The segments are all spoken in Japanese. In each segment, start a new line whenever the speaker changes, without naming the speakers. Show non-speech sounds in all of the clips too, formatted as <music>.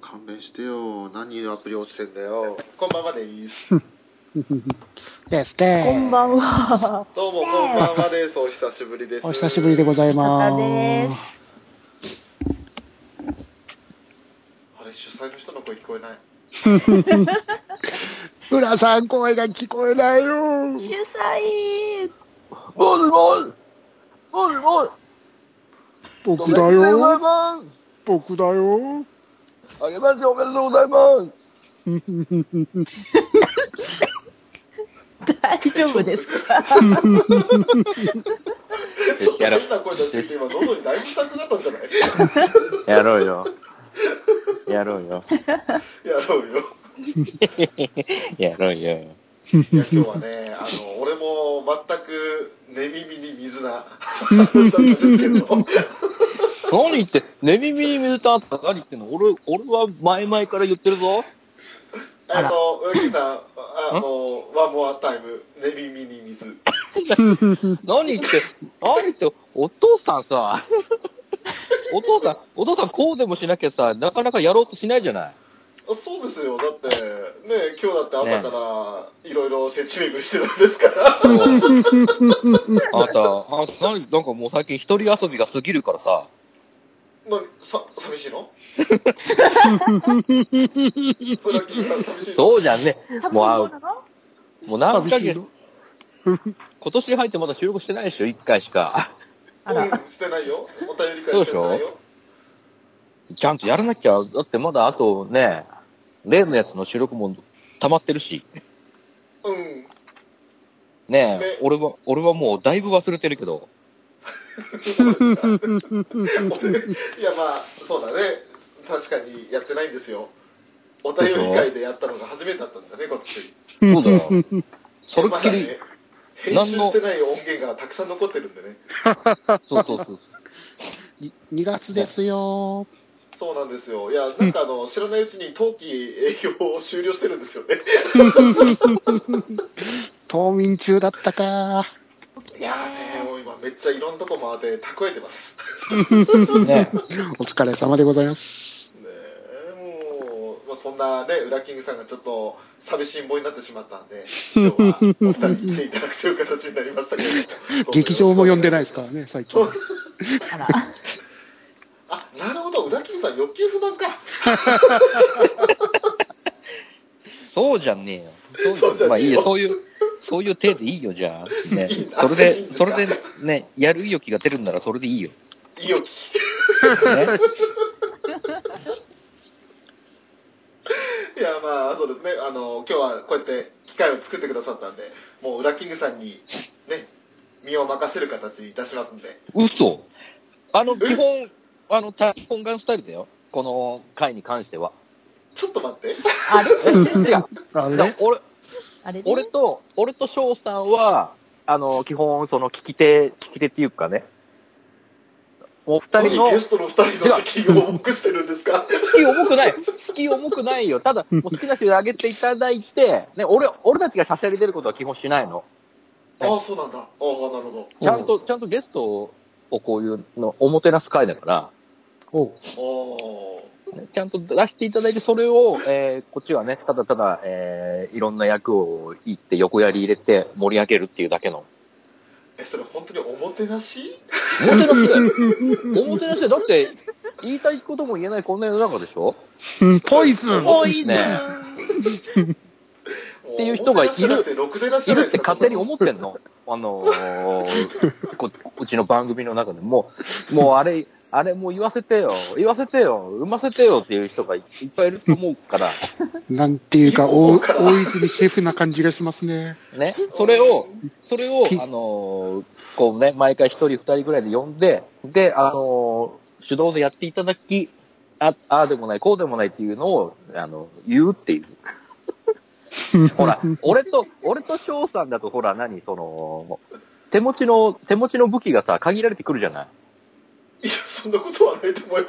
勘弁してよ。何アプリ落ちてんだよ。こんばんはです。
ですで
こんばんは。
<laughs> どうもこんばんはです。お久しぶりです。
お久しぶりでござい
坂で
ます。
す。
あれ主催の人の声聞こえない。
浦さん、声が聞こえないよ。
主催。
ボルボルボルボル
僕だ
おめでとうござい
よ。
ます
僕だよ。
あげましておめでとうございます
大丈夫ですか。
ちょっと
やろう
変な声出してきて今喉にだいぶ痛くなったんじゃ <laughs> ない
やろうよ。やろうよ。
やろうよ。
やろうよ。
いや今日はね、あの俺も全く寝耳に水 <laughs> な話だったんですけど。
何言って、寝耳に水たんとか何言ってんの俺、俺は前々から言ってるぞ。
あのウキさん、あのワンモアタイム寝耳に水。
何言って、何言って、お父さんさ、お父さん、お父さんこうでもしなきゃさ、なかなかやろうとしないじゃない。
あそうですよ。だってね今日だって朝からいろいろセチメグしてたんですから。
あなた、あなた、何なんかもう最近一人遊びが過ぎるからさ、
なさ寂しい
<laughs>
の？ブラッキーさん寂しいの？
そうじゃんね。もうあ
う。
もう何
寂
ヶ
しい
月
の、。
今年に入ってまだ収録してないでしょ、一回しか。
あ
う
ら。
んしてないよ。お便り会してないよ。
ちゃんとやらなきゃ、だってまだあとね、例のやつの収録も溜まってるし、
うん。
ね
ね
え、俺は、俺はもうだいぶ忘れてるけど、
いやまあそうだね確かにやってないんですよお便り会でやったのが初めてだったんだねこっち
そうだよ。それっ
ま
き
だ
り
ね、編集してない音源がたくさん残ってるんでね
そうそうそう。
に二月ですよ。
そうなんですよいやなんかあの知らないうちに冬季営業を終了してるんですよね
冬眠中だったか。
いやーねもう今めっちゃいろんなとこ回って蓄えてます
ね
お疲れ様でございます。
ねえもう、まあ、そんなね裏キングさんがちょっと寂しんぼになってしまったんで今日はお二人に来ていただくという形になりましたけれども
劇場も呼んでないですからね、最近。
あら。
あなるほど裏キングさん欲求不満か
そうじゃねえよ。
そ
そうう
じ
じ
ゃねえよ
ゃまあいいよ、そういう、そういう手でいいよ、じゃあ。ね
<laughs> いいな
それ
いいん
で、
です
そ
か
れでね、やる意欲が出るんならそれでいいよ。
意欲
ね、
いやまあそうですねあの今日はこうやって機会を作ってくださったんでもう裏キングさんにね身を任せる形にいたしますんで
嘘。あの、基本、あの、基本ガンスタイルだよ。この回に関しては。
ちょっと待って
あれ。
え違う。
あ
だから
れ
俺、
あれね。
俺と、俺と翔さんは、あの、基本、その、聞き手、聞き手っていうかね、お二人の
ゲ、ストの2人の席を重くしてるんですか
好き重くない、好き重くないよ。ただ、もう好きな人であげていただいて、ね、俺、俺たちがしゃしゃり出ることは基本しないの。
ああそうなんだああなるほ
ちゃんと、ちゃんとゲストを、こういうの、おもてなす会だか
おう
どお
ら、ねちゃんと出していただいて、それを、えーこっちはね、ただただ、えーいろんな役を言って、横やり入れて盛り上げるっていうだけの。
えそれ本当におもてなし
おもてなしだよ。おもてなしだよ。だって、言いたいことも言えないこんな世の中でしょ
うんポイズン。
多いね
ね。
って
いう人がいる
ろくでなしじ
い
ゃな
る
い
っ
で
て
すか
勝手に思って
<laughs>
んの。あのー、こうちの番組の中でも、もうあれ、あれもう言わせてよ、言わせてよ、産ませてよっていう人がいっぱいいると思うから、
なんていうか、
いい
大
か
大泉シェフな感じがしますね。
ね、それを、それを、あのーこうね、毎回一人二人ぐらいで呼んで、で、あのー手動でやっていただき、あ、ああでもない、こうでもないっていうのを、あの、言うっていう。
<laughs>
ほら、俺と、俺と翔さんだとほら、何、その、手持ちの、手持ちの武器がさ、限られてくるじゃない
いやそんなことはないと思い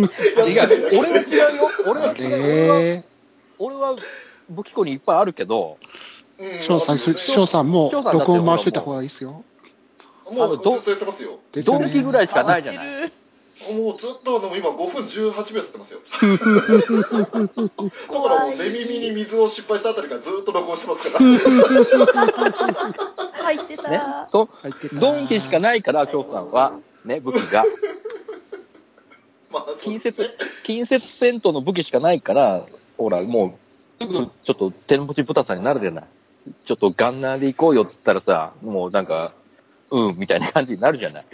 ます
いや、俺は違うよ。俺は
あ
違う。俺は、
れ
俺は武器庫にいっぱいあるけど、
うん
翔さん、
そうですよ
翔さんも
翔さんだって
録音回してた方がいいですよ。
も
あ
う
のど
ずっとやってますよ
ですよ
動
ね
機ぐらいしか
変わ
な
っ
いじ
て
ゃない。
る。
もうずっとあの今5分18秒経ってますよ。だか
怖
らもう
い
寝耳に水を失敗したあたりからずっと録音してますから。
入ってた。
ね。と、
入ってた
ドンキしかないから、翔さんは、ね、武器が。
まあ、そう
近
ですね
接。、近接戦闘の武器しかないから、ほら、もう、すぐちょっと手の持ち豚さんになるじゃない。ちょっとガンナーで行こうよって言ったらさ、もうなんか、うん、みたいな感じになるじゃない。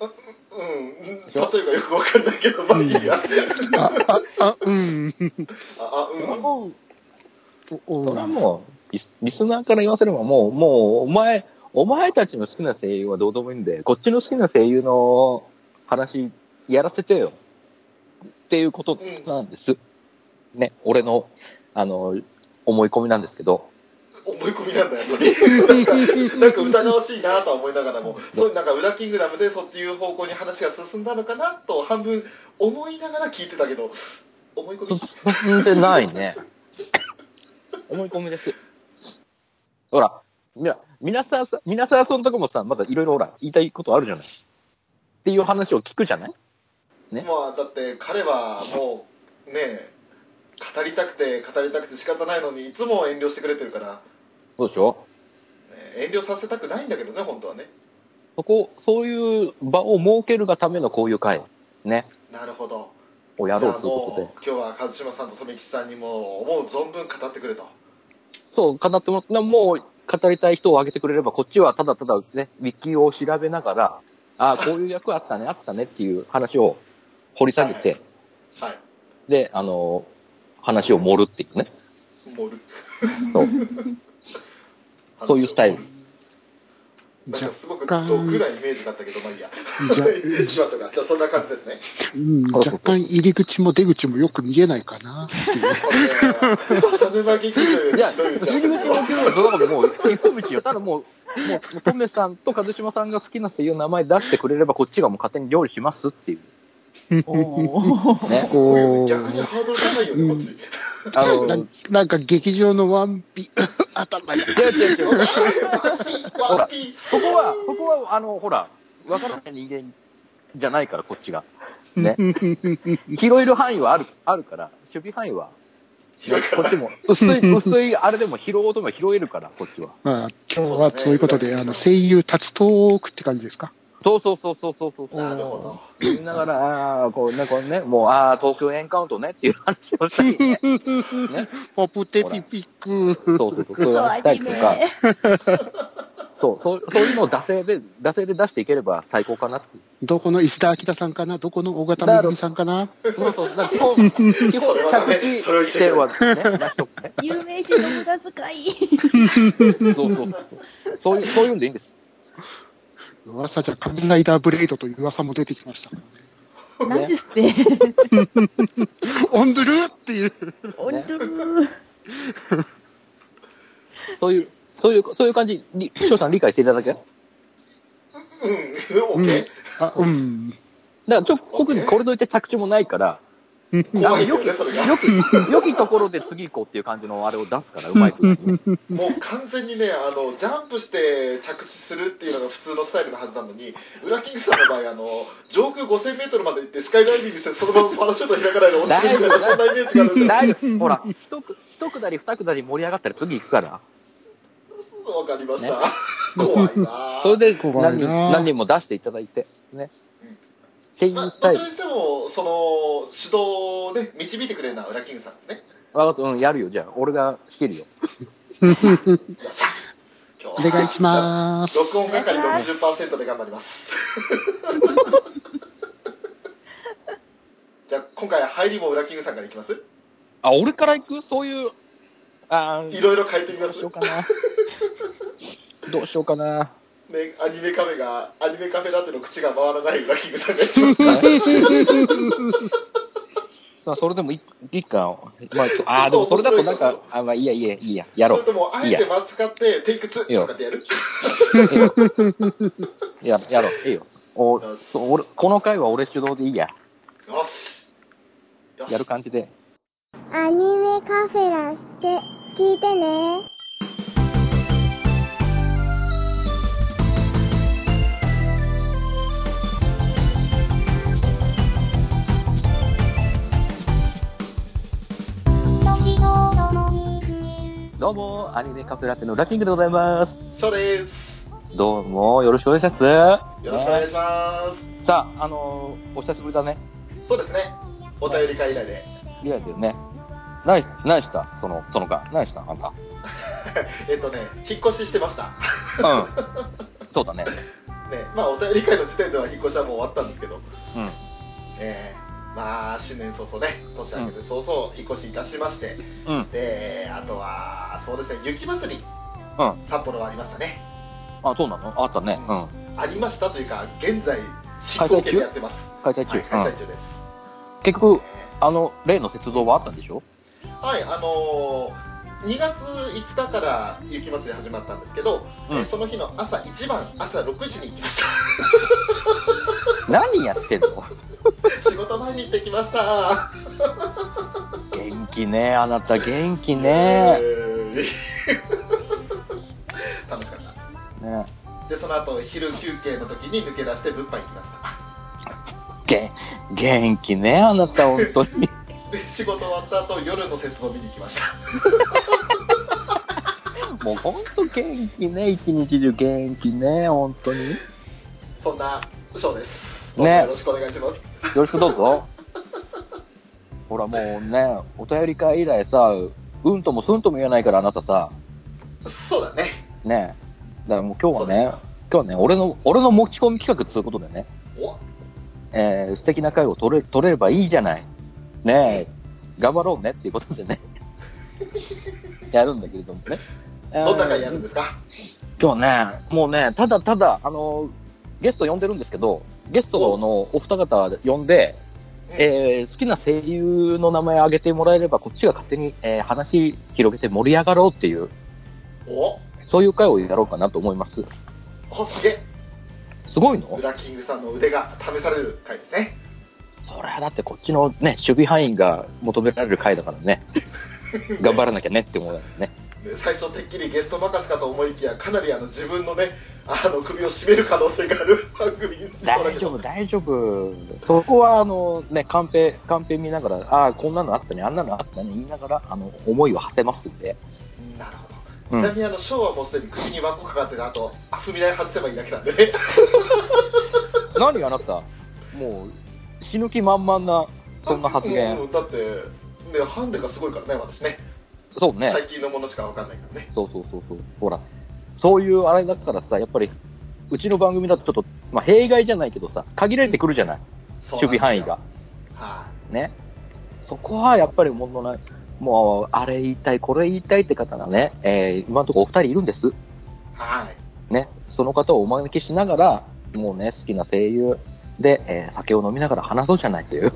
うん。例えばよくわかんないけど、まあいいや。
あ、う
あ、
ん。
あ、うん。
もう、
お
それ
<laughs>
は
お
もう、リスリスナーから言わせればもう、もう、お前、お前たちの好きな声優はどうでもいいんで、こっちの好きな声優の話、やらせてよ。っていうことなんです。ね、俺の、あの、思い込みなんですけど。
思い込みなんだよ、やっぱりなんか疑わしいなとは思いながらも、そうなんか裏キングダムでそっちいう方向に話が進んだのかなと半分思いながら聞いてたけど、思い込み。
進んでないね。思い込みです。ほら、みな、皆さんさ、皆さんそのとこもさ、まだいろいろほら、言いたいことあるじゃない。っていう話を聞くじゃないね
まあだって彼はもうねえ語りたくて語りたくて仕方ないのにいつも遠慮してくれてるから、
そうでしょ
ね遠慮させたくないんだけどね本当はね
そこ、そういう場を設けるがためのこういう会、ね、
なるほど
をやろう
じゃあ
ということで
も。う今日は一島さんと富吉さんにも思う存分語ってくれと
そう、語ってもらって、もう語りたい人を挙げてくれれば、こっちはただただね、ウィキを調べながら、ああ、こういう役あったね、あったねっていう話を掘り下げて、
はい
で、あの、話を盛るっていうね。
盛る
そう。
<laughs>
そういうスタイル
なんかすごく
若干
毒なイメージだったけどまあいいや
じゃ
<laughs> 行きましょうかじゃあそんな感じです
<laughs>
ね
うん、若干入り口も出口もよく見えない
<laughs>
かなっていう。
浅沼劇
いや、
場
入り口の球はどうだかもう、一本道よ。ただもう、もう、トメさんと一島さんが好きなっていう名前出してくれれば、こっちがもう勝手に料理しますっていう。
おー
ね。
お
逆に
ー
ハードル高いよねこっち
あ
な
の、
なんか劇場のワンピ頭が。
違う違う違う。ほ
ワ
ら
ンピース
そこは、そこは、あの、ほら、わからない人間じゃないから、こっちが。ね。広いる範囲はある、あるから、守備範囲は、ね
広いか
こ
ら
っちも、薄い、薄い、あれでも拾おうとも拾えるから、こっちは。
まあ、今日はそういうことで、あの、声優立ちトークって感じですか
そうそうそうそうそうそう。
なるほ
言いながら、ああー、こうね、こうね、もう、ああ、東京エンカウントねっていう話をしたりね。ね。
ポプテピピ
そう
ク。
そうそう。
ク
そういう
ソ
話し
ア
たり
ニ
と
メ。
か、そう、そうそういうのを惰性で、惰性で出していければ最高かなっていう。
どこの石田明さんかなどこの大型めぐみさんかな
そうそう。だから基本、基
それ
本
はダメ
着地点はね、出しとくね。
有名人の無駄遣い。
そうそうそう。そういう、そういうんでいいんです。
噂じゃ仮面ライダーブレイドという噂も出てきました。 <laughs>
何ですって。
オンドゥルっていう。
本当に。
そういう、そういう、そういう感じに、翔さん理解していただけだか
どうん OK
あ、うん。
ら、ちょ、特にこれといって着地もないから、
怖いよねそれが
よき、よきところで次行こうっていう感じのあれを出すから、うまいことね。
もう完全にねあのジャンプして着地するっていうのが普通のスタイルのはずなのに裏キングさんの場合あの上空 5000m まで行ってスカイダイビングしてそのままパラシュート開かないで落ちるみたいなそんなイメージがあるんで
だいぶ、ほら、一く、一くだり二くだり盛り上がったら次行くから。
わかりました、怖いな
<laughs> それで
怖
何
い
人、
な
何人も出していただいて、ね。っていう
まあ、
スタ
ど
イ
ち
ル
ら。にしてもその指導で導いてくれるのは裏キングさんですね
わかった、うん、やるよ、じゃあ。俺が仕切るよ。
よっしゃ今
お
日は
願いします。
録音係60%で頑張ります <laughs> じゃあ今回入りも裏キングさんからいきます
あ、俺から行くそういう、あ
い
ー
ろいろ変えてみ
ど
ま
うし
す
ようかな。どうしようかな。
ね、アニメカフェが、アニメカフェラテの口が回らない裏キングさんが来ます。
まあ、それでもいいいか。まあ、あーでもそれだとなんか、あ、まあ、いいや、いいや、いいや、や
そ <laughs>
ろ
れと
う。
も、あ
いい
え
や
て間使って、テイク2とかでやる
や、やろう。いいよ。お、そう俺、この回は俺主導でいいや。
よし。よし。
やる感じで。
アニメカフェラって聞いてね。
どうも、アニメカフェラテの裏キングでございます。
そうです。
どうも、よろしくお願いします。
よろしくお願いします。
さあ、あのー、お久しぶりだね。
そうですね。お便り会以来で。
リアルだよね。何、何したその、そのか。何したあんた。
えっとね、引っ越ししてました。ね、
うん。そうだね。
まあお便り会の時点では引っ越しはもう終わったんですけど、
うん。
えー、まあ新年早々ね、年明けて早々引っ越しいたしまして、
うん。
で、あとは、そうですね、雪祭り、
うん
札幌はありましたね。
あ、そうなのあったね。うん。
ありましたというか、現在、進行形でやってます。
開催
はい、
中。
開
うん
催。中です。
結局、あの、例の雪道はあったんでしょ
はい、あのー、2月5日から雪祭り始まったんですけど、
うん
えーその日の朝一番、朝6時に行き
<laughs>
まし
何やってんの
た。仕事前に行ってきました。
元気ね、あなた元気ね。
えー <laughs> 楽しかった。
ね
で、その後、昼休憩の時に抜け出して物販行きました。
げ元気ね、あなた本当に。
で、仕事終わった後、夜の節を見に行きました。
もう本当元気ね、一日中元気ね、本当に。よ
そんな、ショーです。
ね
よろしくお願いします。
ろしくどうぞ。ほらもうね、お便り会以来さ、うんともすんとも言えないからあなたさ、
そうだね。
ね。だからもう今日
そう
は
だ
ね、今日はね、俺の、俺の持ち込み企画ということでね、
お
えー素敵な会を取れ、取れればいいじゃない。ねえ、頑張ろうねっていうことでね、 <laughs> やるんだけれどもね。
<laughs> どんな会やるんですか
今日ね、もうね、ただただ、あの、ゲスト呼んでるんですけど、ゲストのお二方呼んで、
うん
えー好きな声優の名前挙げてもらえれば、こっちが勝手に、えー話広げて盛り上がろうっていう、
お
そういう回をやろうかなと思います。
おすげえ。
すごいの
裏キングさんの腕が試される回ですね。
それはだってこっちのね、守備範囲が求められる回だから <laughs> ね、頑張らなきゃねって思うよね。
で最初てっきりゲスト任せかと思いきやかなりあの自分のねあの首を絞める可能性がある <laughs> 番組になり
大丈夫、大丈夫。そこは、あの、ね、カンペ、カンペ見ながら、ああ、こんなのあったね、あんなのあったね、言いながら、あの、思いを馳せますんで。
なるほど
う
ち
ん
なみにあのショーはもうすでに首に輪っかかかってるあとあ踏み台外せばいいだけなんでね
何あなた、もう、死ぬ気満々な、そんな発
う
言。
んだってねハンデがすごいからね私ね
そうね。
最近のものしかわかんないからね
そうそうそうそう。ほら、そういうあれだからさ、やっぱり、うちの番組だとちょっと、まあ、弊害じゃないけどさ、限られてくるじゃない、
そう
守備範囲が。
は
ね。そこはやっぱりもう、もう、あれ言いたい、これ言いたいって方がね、えー今のところお二人いるんです。
いはい
ね、その方をお招きしながら、もうね、好きな声優で、えー酒を飲みながら話そうじゃないという。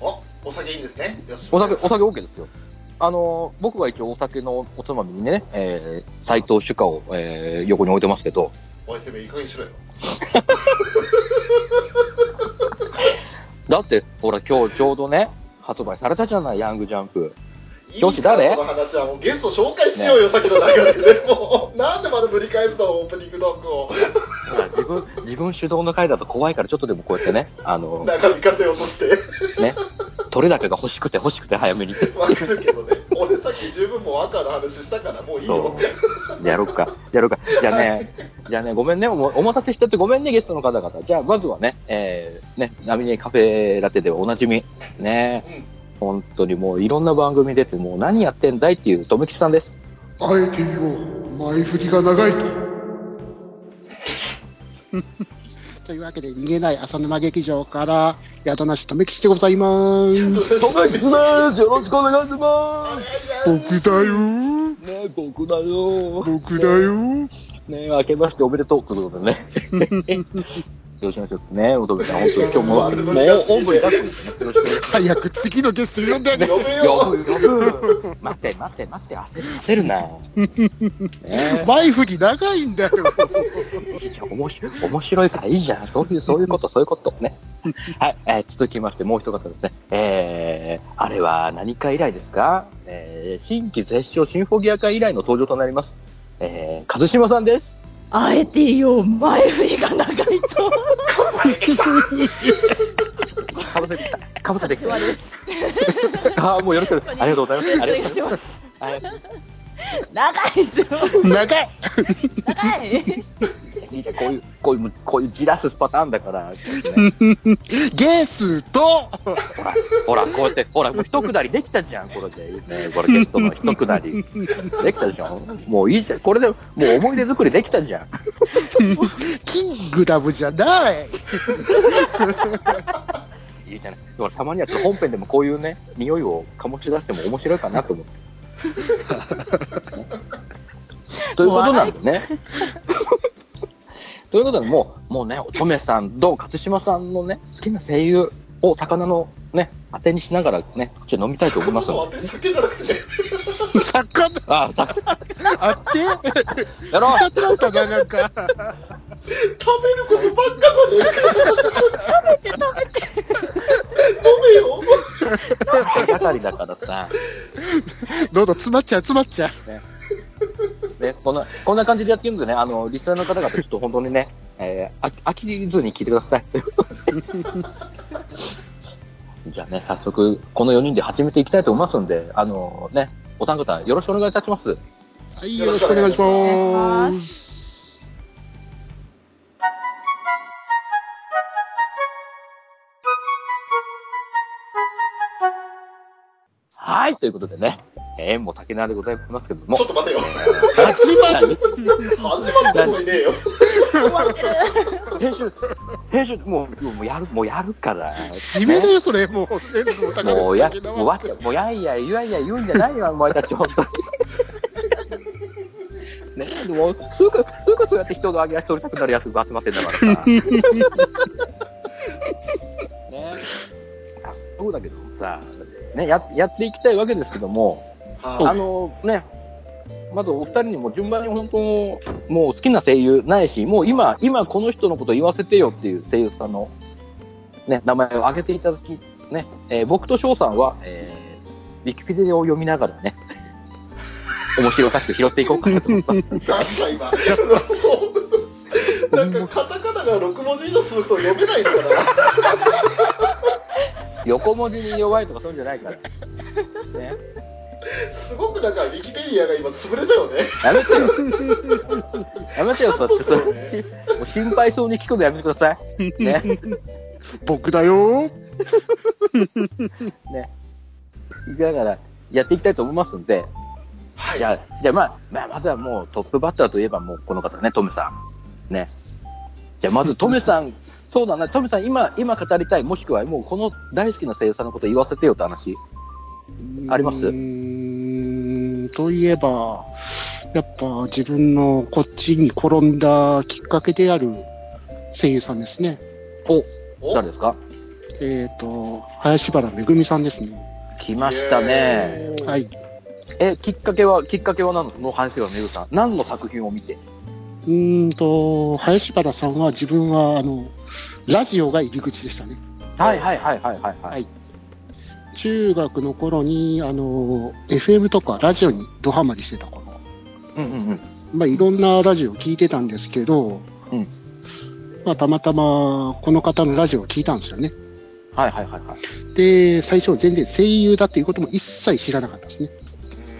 おお酒いいんですねよし
お酒、お酒 OK ですよ。あのー僕は一応お酒のおつまみにね、えー、斎藤酒花を、えー横に置いてますけど、
おいてめえいい加減にしろよ
だって、ほら、今日ちょうどね、発売されたじゃない、ヤングジャンプ。
いい
よし誰
その話はもうゲスト紹介しようよ、先の中で <laughs> ねもうなんでまだぶり返すのオープニングトークを
<laughs> ほら自分、自分主導の回だと怖いから、ちょっとでもこうやってね、あの
中身稼ようとして
ね、取れ高が欲しくて欲しくて早めに。
わかるけどね、俺さっき十分もう赤の話したから、もういいよ
そ。う。やろうか。やろうか。じゃあね、じゃあね、ごめんね。おもお待たせしちゃってごめんね、ゲストの方々。じゃあ、まずはね、えー、ね、ナミネカフェラテでおなじみ。ね、本当にもういろんな番組出て、もう何やってんだいっていう、とめきちさんです。
あえて言おう前振りが長いと <laughs> というわけで逃げない浅沼劇場から宿なしとめきちでございま
うん
す
とめきちですよろしくお願いしま
僕だよ
すねえ、僕だよ
僕だよ
ねえ、明けましておめでとうってことでね。よろしくお願いしますね、おとめきさん。本当に今日も、もう、おんぶに抱っこですね。よろしくお願いします。
早く次のゲスト呼んで
呼べ
呼
よ。
ぶ呼ぶ待って待って待って焦る焦るな、ね
前振り長いんだよ
え、いや面白い面白いからいいじゃんそういうそういうことそういうことねはい、えー続きましてもう一方ですねえー、あれは何か以来ですか、えー、新規絶唱シンフォギア会以来の登場となりますえー、和島さんです
あえてよ、前振りが長いと。
かぶせてきたかぶせてきた
私はです
あーもうよろしくありがとうございますありが
お願い
とうございます
します。
はい
長いですよ。
長い
長い。
みんなこういう、こういう、こういうじらすパターンだから、ね、
ゲスと
ほら、ほら、こうやって、ほら、もう一くだりできたじゃん、これで。ね、これゲストの一くだり。できたじゃん。もういいじゃん。これで、もう思い出作りできたじゃん。
キングダムじゃない
いいじゃない。だからたまにはちょっと本編でもこういうね、匂いを醸し出しても面白いかなと
<laughs>
思って。ということなんでね。 <laughs> ということで、もう、もうね、乙女さん、どう、勝島さんのね、好きな声優を魚のね、当てにしながらね、ちょっと飲みたいと思いますの
もう
で。
当て酒じゃなくて、
魚
ああ、さ、
あって
やろう
魚だったな、なんか。
食べることばっかじゃねえか。食べて食べて。飲めよ。
手がかりだからさ、
喉詰まっちゃう、詰まっちゃう。
ね、こんな、こんな感じでやってるんでね、あの、リスナーの方々、ちょっと本当にね、えー、飽き飽きずに聞いてください。 <laughs> じゃあね、早速、この4人で始めていきたいと思いますんで、あのね、お三方、よろしくお願いいたします。
はい、よろしくお願いし
お願いしま
ます。
す。
はい、ということでね、縁も竹縄でございますけど
<laughs>
も
ちょ、っと待てよ。
始ま
始
る
まってもいねえよ。
終わってる。
編集、編集、もう、もうやる、もうやるから。
締めだよ、それ。もう、全部お魚
もうや、
だ
もうわけ、もうやいやい、やいや言うんじゃないよ、お前たち、本当に。 <laughs> ねえ、でも、すぐ、すぐそうやって人の上げ足取りたくなるやつが集まってんだからさ。 <laughs> ねえ。あそうだけどさ、ね、や、やっていきたいわけですけども、あ
は
の、ね、まずお二人にも順番に本当、もう好きな声優ないし、もう今、今この人のこと言わせてよっていう声優さんの、ね、名前を挙げていただき、ね、えー僕と翔さんは、えー、ウィキペディアを読みながらね、 <laughs> 面白おかしく拾っていこうかなと思います。
い。なんだ今。なんかカタカナが六文字以上すると読めないのかな。
横文字に弱いとかそういうんじゃないから。ね、
すごくなんかウィキペディアが今潰れたよね。
やめてよ。やめてよ、そうやってそ
そう
れもう心配そうに聞くのやめてください。ね。
僕だよ。
だから、やっていきたいと思いますんで、
はい
じゃあ、じゃあまあ、まあ、まずはもうトップバッターといえばもうこの方ね、トメさん。ね。じゃあまずトメ <laughs> さん、そうだな、トメさん今、今語りたい、もしくはもうこの大好きな声優さんのこと言わせてよって話。あります
うーんといえば、やっぱ自分のこっちに転んだきっかけである声優さんですね。
お、誰ですか
えっ、と、林原めぐみさんですね。
来ましたね。
は。い。
え、きっかけは、きっかけは何の話がめぐさん。何の作品を見て。
うーんと、林原さんは自分は、あの、ラジオが入り口でしたね。
はいはいはいはいはい。は、
はいい。中学の頃に、あの、FM とかラジオにドハマりしてた頃。
うんうんうん。
まあ、いろんなラジオを聞いてたんですけど、
うん
まあ、たまたまこの方のラジオを聞いたんですよね。
はいはいはいはい。
で、最初全然声優だっていうことも一切知らなかったですね。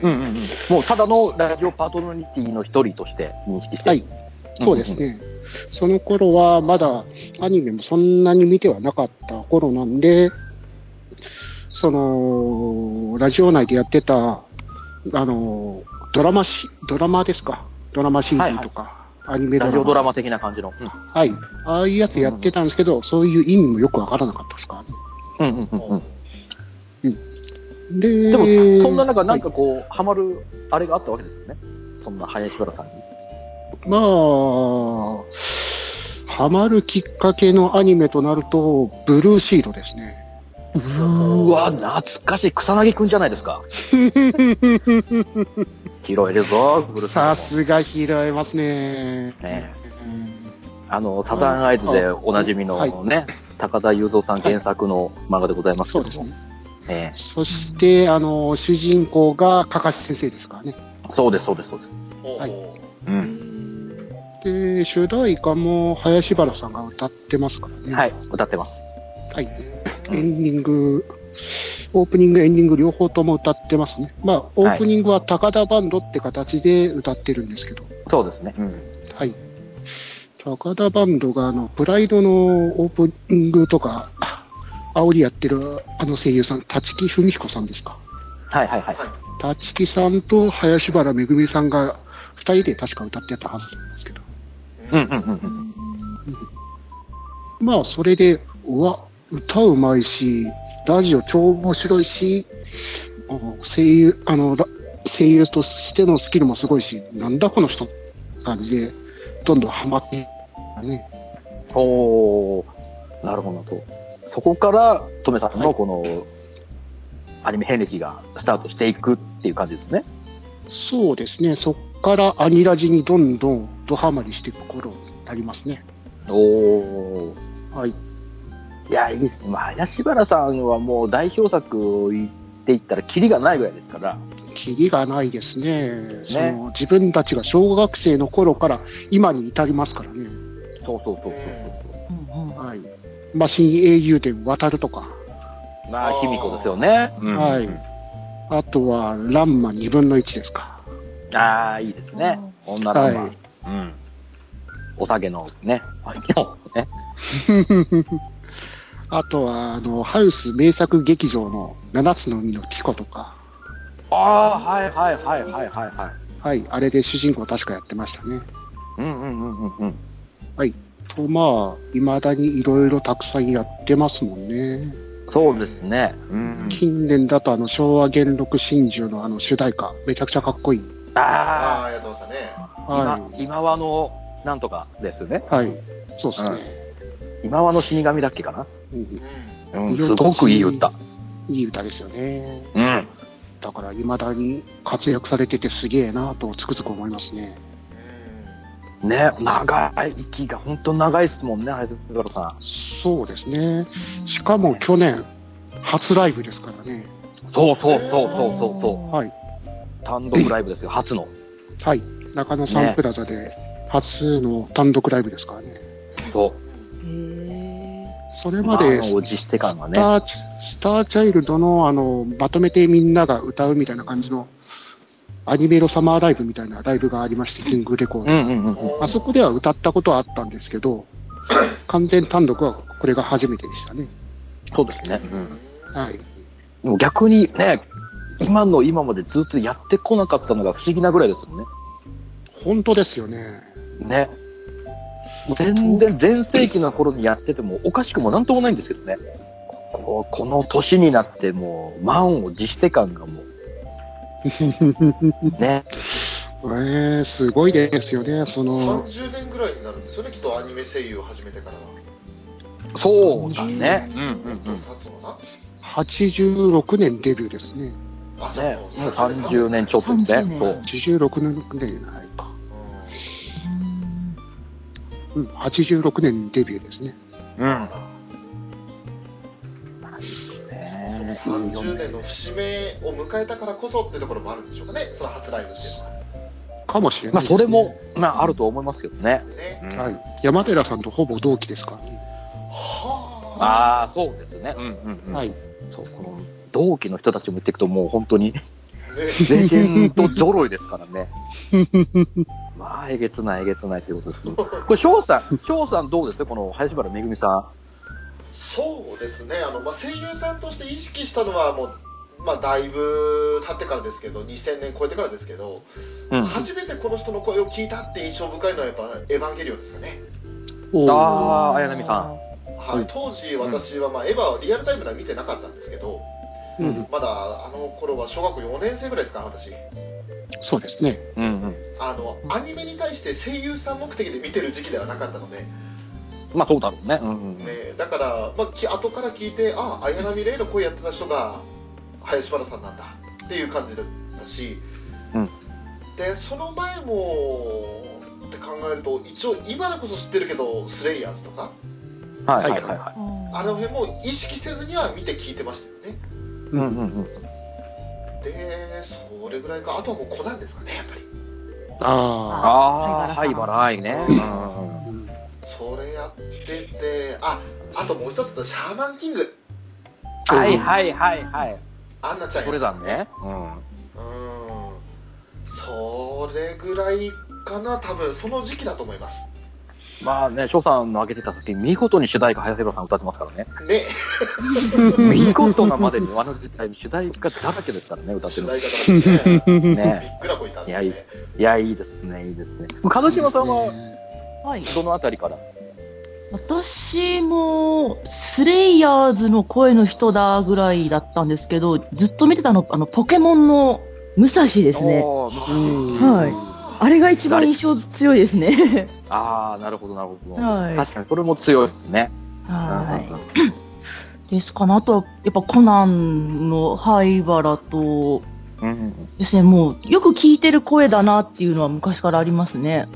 うんうんうん。もうただのラジオパートナリティの一人として認識して。
はい。そうですね。その頃はまだアニメもそんなに見てはなかった頃なんで、その、ラジオ内でやってた、あの、ドラマし、ドラマですか。ドラマ CD とか、アニメド
ラ
ラ
ジ
マ
オドラマ的な感じの。うん
はい。ああいうやつやってたんですけど、そういう意味もよくわからなかったですからね。
うんうんうんうん。
で、
でも、そんな中、なんかこう、ハマる、あれがあったわけですよね。そんな林原さんに。
まあ、ハマるきっかけのアニメとなると、ブルーシードですね。
うーわ、懐かしい。草薙くんじゃないです
<laughs>
か。拾えるぞ、ブルース・
さすが拾えますね。
ね
うん
あの、サザンアイズでおなじみの
はい
ね、高田雄三さん原作の漫画でございますけ
そう
ど
です
も。
ね。
ええ
そして、あの、主人公がかかし先生ですからね。
そうです、そうです、そうです。
はい
うん。
で、主題歌も林原さんが歌ってますからね。
はい、歌ってます。
はい。エンディングオープニング、エンディング両方とも歌ってますね。まあ、オープニングは高田バンドって形で歌ってるんですけど、
そうですね。うん。
はい。高田バンドが、あの、プライドのオープニングとか、煽りやってるあの声優さん、立木文彦さんですか。
はいはいはい。
立木さんと林原めぐみさんが、二人で確か歌ってたはずなんですけど。
うんうんうんうん。
まあ、それで、うわ、歌うまいし、ラジオ超面白いし、あの声優、あの、ラ声優としてのスキルもすごいし、なんだこの人って感じで、どんどんハマっていったね。
おー、なるほどなと。そこから、とめさんのこの、アニメ遍歴がスタートしていくっていう感じですね。
そうですね、そっからアニラジにどんどんドハマりしていく頃になりますね。
おー。
はい。
いや、いいですね。まあ、林原さんはもう代表作を言っていったら、キリがないぐらいですから。
キリがないですね。その自分たちが小学生の頃から今に至りますからね。
そうそうそうそうそう。
はい。まあ、新英雄伝渡るとか。
まあ、卑弥呼ですよね。うん
はい。あとは、ランマ2分の1ですか。
ああ、いいですね。女の子、
は
はいうん。お酒のね。はい。 <laughs> ね。
あとは、あの、ハウス名作劇場の7つの海のキコとか。
ああ、はいはいはいはいはいはい。
はい。あれで主人公確かやってましたね。
うんうんうんうんうん。
と、まあ、未だにいろいろたくさんやってますもんね。
そうですね。うんうん、
近年だと、あの、昭和元禄真珠のあの主題歌、めちゃくちゃかっこいい。
あ
あ
あ、やってましたね。
あ、
は
今、今和の、なんとかですよね。
い。はい。そうですね。
今和の死神だっけかな。
うん
う
うん、すごくいい歌。
いい歌ですよね。
うん。
だから、未だに活躍されててすげえなとつくづく思いますね。
ん。
ね、長い息が本当長いですもんね、林原さ
そうですね。しかも去年、初ライブですからね。
ん。そうそうそうそうそうそ
はい。
う。単独ライブですよ、初の。
はい。中野サン
ね
プラザで初の単独ライブですからね。
そう。
それまで
満を持して感が
ス
ね。
ター、スターチャイルドの、あの、まとめてみんなが歌うみたいな感じの、アニメのサマーライブみたいなライブがありまして、キングレコード。
うんうんうん。
あそこでは歌ったことはあったんですけ
<laughs>
ど、完全単独はこれが初めてでしたね。
そうですね。うん。
はい。
もう逆にね、今の今までずっとやってこなかったのが不思議なぐらいですよね。
本当ですよね。
ね。全然、全盛期の頃にやっててもおかしくもなんともないんですけどね。ここの年になってもう満を持して感 <laughs> がもう。ね。
えー、すごいですよね。その、
30年ぐらいになるんですよね、きっとアニメ声優を始めてからは。
そうだね。うん
どう経つのか
86年デビューですね。
なあ、そう
ね、もう
そう
30年ちょっとですね。そう。
86年、はいか。
うん
うん、86年デビューですね。
うん。ね
30年の節目を迎えたからこそってところもあるんでしょうかね、その初ライブっていうのは
かもしれな
ま
い
あ、
です、
そ
ね。
れも、まあ、あると思いますけどね。
ね。
うん
はい。山寺さんとほぼ同期ですからね。
はあ。
ああ、そうですね。うんうんうん。
はい。
そう、この同期の人たちも言っていくと、もう本当に、
ね
レジェンド揃いですからね。まあ、えげつない、えげつないということですけど。これ、翔さん、翔さんどうですかこの林原めぐみさん。
そうですね、あのまあ、声優さんとして意識したのはもう、まあ、だいぶ経ってからですけど、2000年超えてからですけど、
うん。
初めてこの人の声を聞いたって印象深いのはやっぱ「エヴァンゲリオン」ですかね、
おー
ああ、綾波さん。
はい当時私は、まあ、エヴァをリアルタイムでは見てなかったんですけど
うん、
まだあの頃は小学校4年生ぐらいですか私
そうですね。
うんうん。
あのアニメに対して声優さん目的で見てる時期ではなかったので、
まあ、そうだろうね。うんうんうん。
ね、だから、まあ、き後から聞いてあ綾波レイの声やってた人が林原さんなんだっていう感じだったし、
うん
でその前もって考えると一応今でこそ知ってるけど「スレイヤーズ」とか
はいはいはいはい。
あの辺も意識せずには見て聞いてましたよね
うんうんうん。
でそれぐらいかあとはもうコナンですかねやっぱり
あ
ああ、
灰
灰
原さん
原愛ね。うんうん
あ。うん
それやっててああともう一つシャーマンキング
はいはいはいはい。
アンナちゃんや
それだね。う
う
ん。
んそれぐらいかな多分その時期だと思います
まあね、翔さんの上げてた時、見事に主題歌、早瀬川さん歌ってますからね。 <laughs>
ね
見事なまでに、あの時代、主題歌だらけですからね、歌って
主
る
題歌だからねび
の。ね。
っくらこいたんです
い
ね
やいや、いいですね、いいですね。風島さんは、
はい。
どのあたりから
私も、スレイヤーズの声の人だぐらいだったんですけど、ずっと見てたの、あの、ポケモンの武蔵ですね。
おー
うん
はいあれが一番印象強いですね。
ああ、なるほど、なるほど。
はい
確かに、それも強いですね。
はい。ですかね。あとは、やっぱコナンの灰原と、
うんうんうん。
ですね、もう、よく聞いてる声だなっていうのは昔からありますね。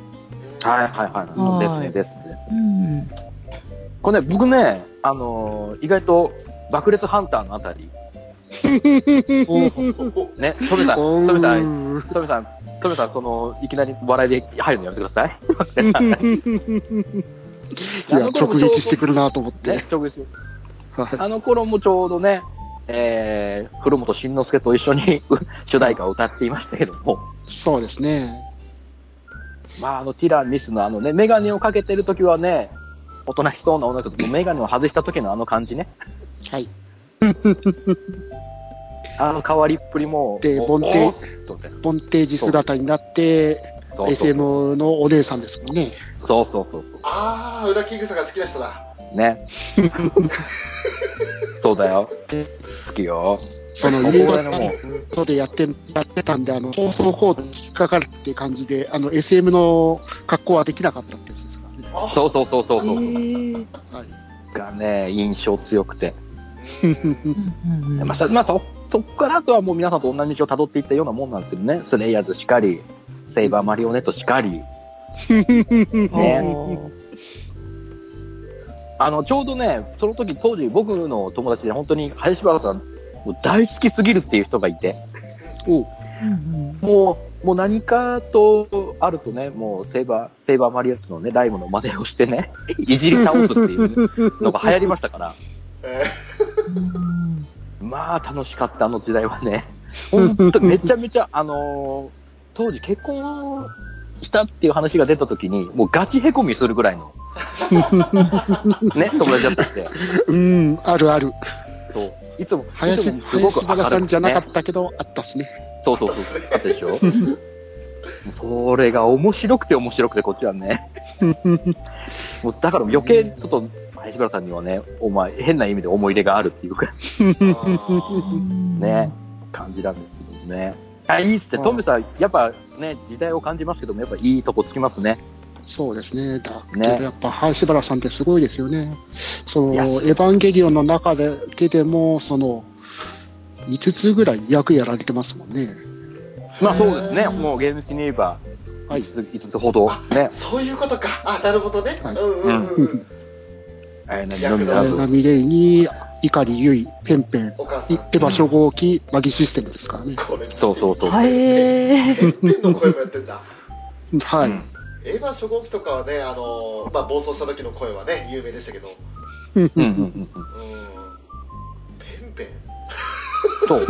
はいはいはい。です
は
ね、
い
ですね。
うん。
これね、僕ね、あのー、意外と、爆裂ハンターのあ
<laughs>
たり、ね、止めた、止めた、トメさん、トメさん、その、いきなり笑いで入るのやめてください。
<laughs> いや、直撃してくるなと思って。
ね、直撃
は
あの頃もちょうどね、えー、古本慎之介と一緒に <laughs> 主題歌を歌っていましたけども、
い。そうですね。
まあ、あの、ティラミスのあのね、メガネをかけてる時はね、おとなしそうな女の子とメガネを外した時のあの感じね、
はい。
あの変わりっぷりも、
で
お
ボンテ
おーっとね
ボンテージ姿になって、
そうそう
SM のお姉さんですもんね。
そうそうそうそ
ああ裏キングさんが好きな人
<laughs>
だ
う。ね。そうだよ。好きよ。
その、
ここ
夕
ら辺はもう
方のでやって、やってたんで、あの、放送コードに引っかかるっていう感じで、あの、SM の格好はできなかったってやつですからね。
あ
そうそうそうそうそう。
<laughs> はい。
がね、印象強くて。
うん
うん
まあ、さまあ、そ、そこからあとはもう皆さんと同じ道を辿っていったようなもんなんですけどね。スレイヤーズしかり、セイバーマリオネットしかり。ね。あの、ちょうどね、その時当時僕の友達で本当に林原さん、もう大好きすぎるっていう人がいて、もう、もう何かとあるとね、もうセイバー、セイバーマリオネットのね、ライムの真似をしてね、いじり倒すっていうのが流行りましたから。
え
うん
まあ楽しかった、あの時代はね。本当めちゃめちゃ、あのー当時結婚したっていう話が出た時に、もうガチへこみするぐらいの、ね、友達だったって。
うん、あるある。
そう。いつも、い
林
つもすごく
林
明る
原
く、
さん
ね、
じゃなかったけど、あったっすね。
そうそうそう。あったでしょそれが面白くて面白くて、こっちは <laughs> ね。もうだから余計、ちょっと、林原さんにはね、お前、変な意味で思い出があるっていうか、
ーあ
ね、感じなんですけどね。あ、いいっすね。トムさん、やっぱね、時代を感じますけども、やっぱいいとこつきますね。
そうですね。だけど
ね
やっぱ林原さんってすごいですよね。その
いや
エヴァンゲリオンの中だけでもその5つぐらい役やられてますもんね。
まあそうですね。もうゲームシに言えば、
はい
5つ、五つほど、ね
ー、そういうことかあなるほどね、
はい
うんうんうんうん
えー、何
いや
のみな
ダ
ら
イ
ず
ナ。ミレイに碇ユイペンペン
お母さん
いエヴァ初号機マギシステムですからね。
これ
そうそうそう。
はえー。
ペンの声もやってんだ
はい。
うん
映画初号機とかはねあのーまあ暴走した時の声はね有名でしたけどうん
うんうんうん。
ペンペン
そう。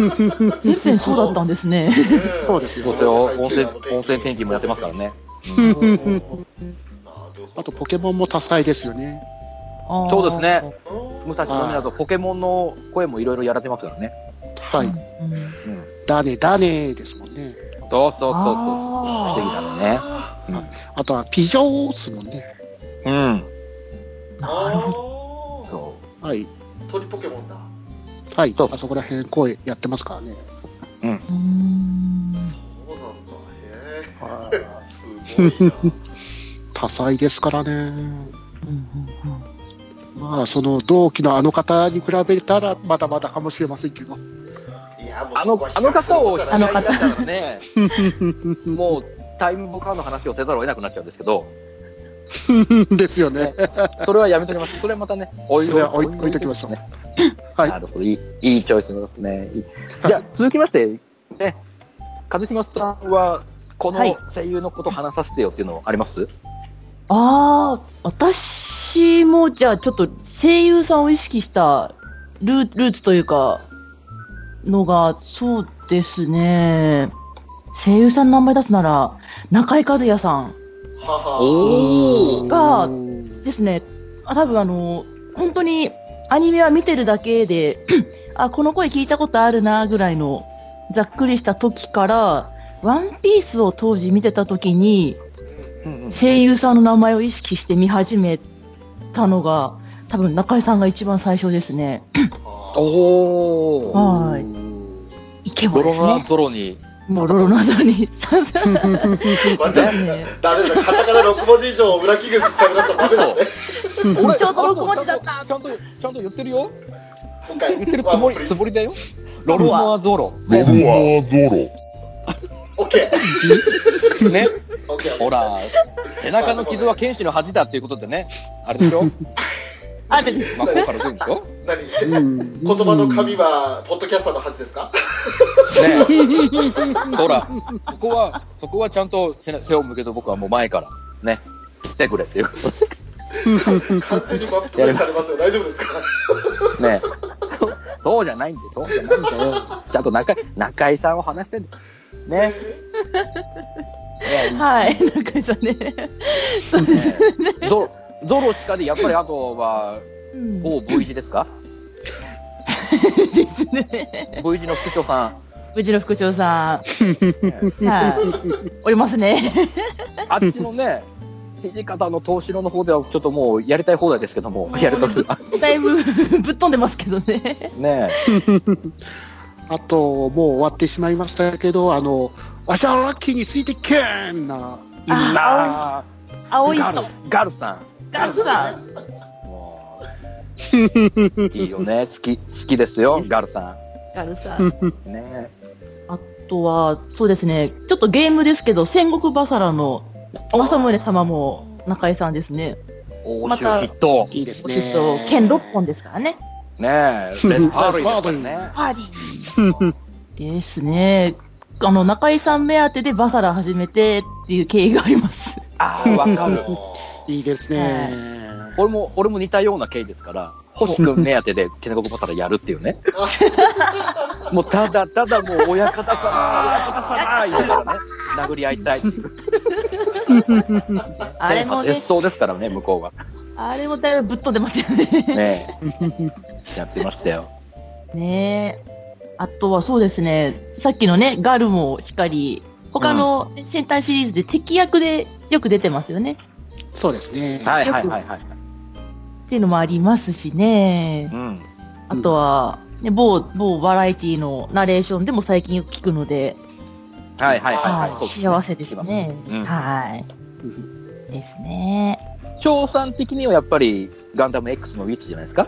ペンペンそうだったんですね。
ね
そうですよ
そうですよ。温泉、温泉ペンギンもやってますからね。うん
あとポケモンも多彩ですよね。
そうですね武
モ
蔵のみなとポケモンの声もいろいろやられてますからね。
はい。
うん。
うん。
だねだねですもんね。
そうそうそうそう。
あ
不思議だね。
あとはピジョーですもんね。
うん。
ーなるほど。
そ
そう。
はい。
う鳥ポケモンだ
はい。
そう
あそこら辺声やってますからね。
うん
そうなんだへ
は
えすごいな
い多彩ですからね。
うんうんうん
まあ、その同期のあの方に比べたら、まだまだかもしれませんけど。 <laughs>
いやもう
あの、あの方を、
あの方
したらね、もう、タイムボカーの話をせざるを得なくなっちゃうんですけど、
ですよね。
それはやめときます。それはまたね、おいおい
それは置い置いときましょう。はい
なるほど、いい、いいチョイスですね。いいじゃあ、続きまして、ね、一島さんは、こ
はい
の声優のこと話させてよっていうのあります、
ああ、私もじゃあちょっと声優さんを意識したルールーツというか、のが、そうですね。声優さんの名前出すなら、中井和也さん
はは
おー
が
うん
ですね。あ多分あの、本当にアニメは見てるだけで、 <clears throat> あ、この声聞いたことあるな、ぐらいの、ざっくりした時から、ワンピースを当時見てた時に、
うんうん
声優さんの名前を意識して見始めたのが、多分中井さんが一番最初ですね。
は
おー。
はーい。イケボ
ド
で
ロ
す
ナ
ね。
ゾロに。
もうロロナゾに。そうで
あダ
す
メ
ね。
だカタカナ6文字以上裏キングス喋らせたらダメだね
俺
ちょうど六文字だった
ちゃんと、ちゃんと言ってるよ。
今回
言ってるつもり、つもりだよ。ロロノアゾロ。
ロボアゾロ。
オッケー
ね。
オッケー
ほら、背中の傷は剣士の恥だっていうことでね。あれでしょ
<laughs> あ、で、
真っ向から来るんでしょ
何
うん
言葉の紙はポッドキャスターの恥ですか
ねえほら、そこは、そこはちゃんと背な背を向けて僕はもう前から、ね、来てくれっていうこと
完全にマップにされますよ大丈夫ですか
でねえそうそうじゃないんで、そうじゃないんだよ。ちゃんと中中井さんを話してんだよね。
<laughs>
ね
はい、中井さんね。
えゾロ、ゾロしかで、やっぱりあとは、
うん
某 V 字ですか
ですね。
?V 字の副長さん。
無事の副長さ
ねえ
ん。はい。おりますね。
あっちのね、土方の東城の方ではちょっともうやりたい放題ですけども、やるときは。
だいぶぶっ飛んでますけどね。
ね
あと、もう終わってしまいましたけど、あの、わしゃラッキーについてけーんな。
え。
あ
なあ、
青い
ガル
人。、
ガルさん。
ガルさん。
もういいよね、好き、好きですよ、ガルさ
ガルさん。
ん。ね
あとは、そうですね。ちょっとゲームですけど、戦国バサラの政宗様も中井さんですね。
欧
ま
州
た
筆頭。
いいです
ちょっと、剣6本ですからね。
ねえ、レ <laughs> スパールイだからね。
パリですね。あの、中井さん目当てでバサラ始めてっていう経緯があります。
<laughs> ああ、わかる。 <laughs>
いいですね。
俺も、俺も似たような経緯ですから、星くん目当てで、ケネココバタラやるっていうね。 <laughs> もう、ただただもう、親方様、親方様、言いながらね、殴り合いたいっていう。
あれも
テレ
ね
発、そうですからね、向こうは。
あれもだいぶぶっ飛んでますよね。
ね <laughs> え、やってましたよ。
ねえ。あとはそうですね、さっきのね、ガルもしっかり、他の戦隊シリーズで敵役でよく出てますよね。
そうですね。
はいはいはいはい。
っていうのもありますしね
う。ん。
あとは、ね、某、某バラエティのナレーションでも最近よく聞くので、
はいはいはい
は
はいい。
幸せですね。
うん
はい。ですね。
翔さん的にはやっぱりガンダム X のウィッチじゃないですか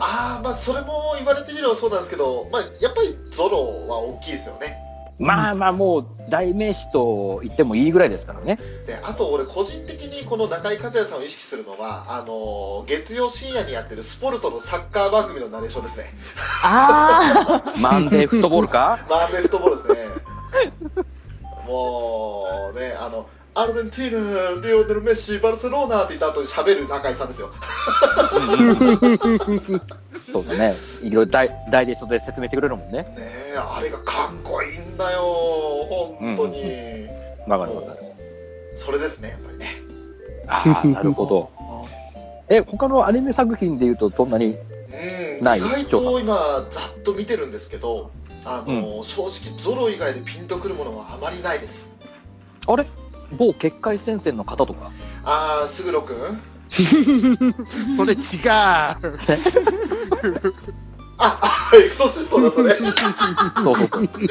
ああまあそれも言われてみればそうなんですけどまあやっぱりゾロは大きいですよね
まあまあもう代名詞と言ってもいいぐらいですからね。
であと俺個人的にこの中井和也さんを意識するのはあのー月曜深夜にやってるスポルトのサッカー番組のナレーションですね
あ
マンデーフットボールか
マーベルトボール <laughs> ですねもうねあのアルゼンティーナリオネル・メッシバルセロナって言った後に喋る中井さんですよ
そうだね。いろいろダイダイジェストで説明してくれるもんね。
ねえあれがかっこいいんだよ本当に、
わかるわかる。
それですねやっぱりね
ああ、なるほど。え、他のアニメ作品で言うとどんなに
うん
ない
意外と今ざっと見てるんですけどあの、正直ゾロ以外でピンとくるものはあまりないです
あれ某結界戦線の方とか
ああすぐろくん
<laughs> それ違う。
ああエクソシストだそれ結
そうそうそう。
界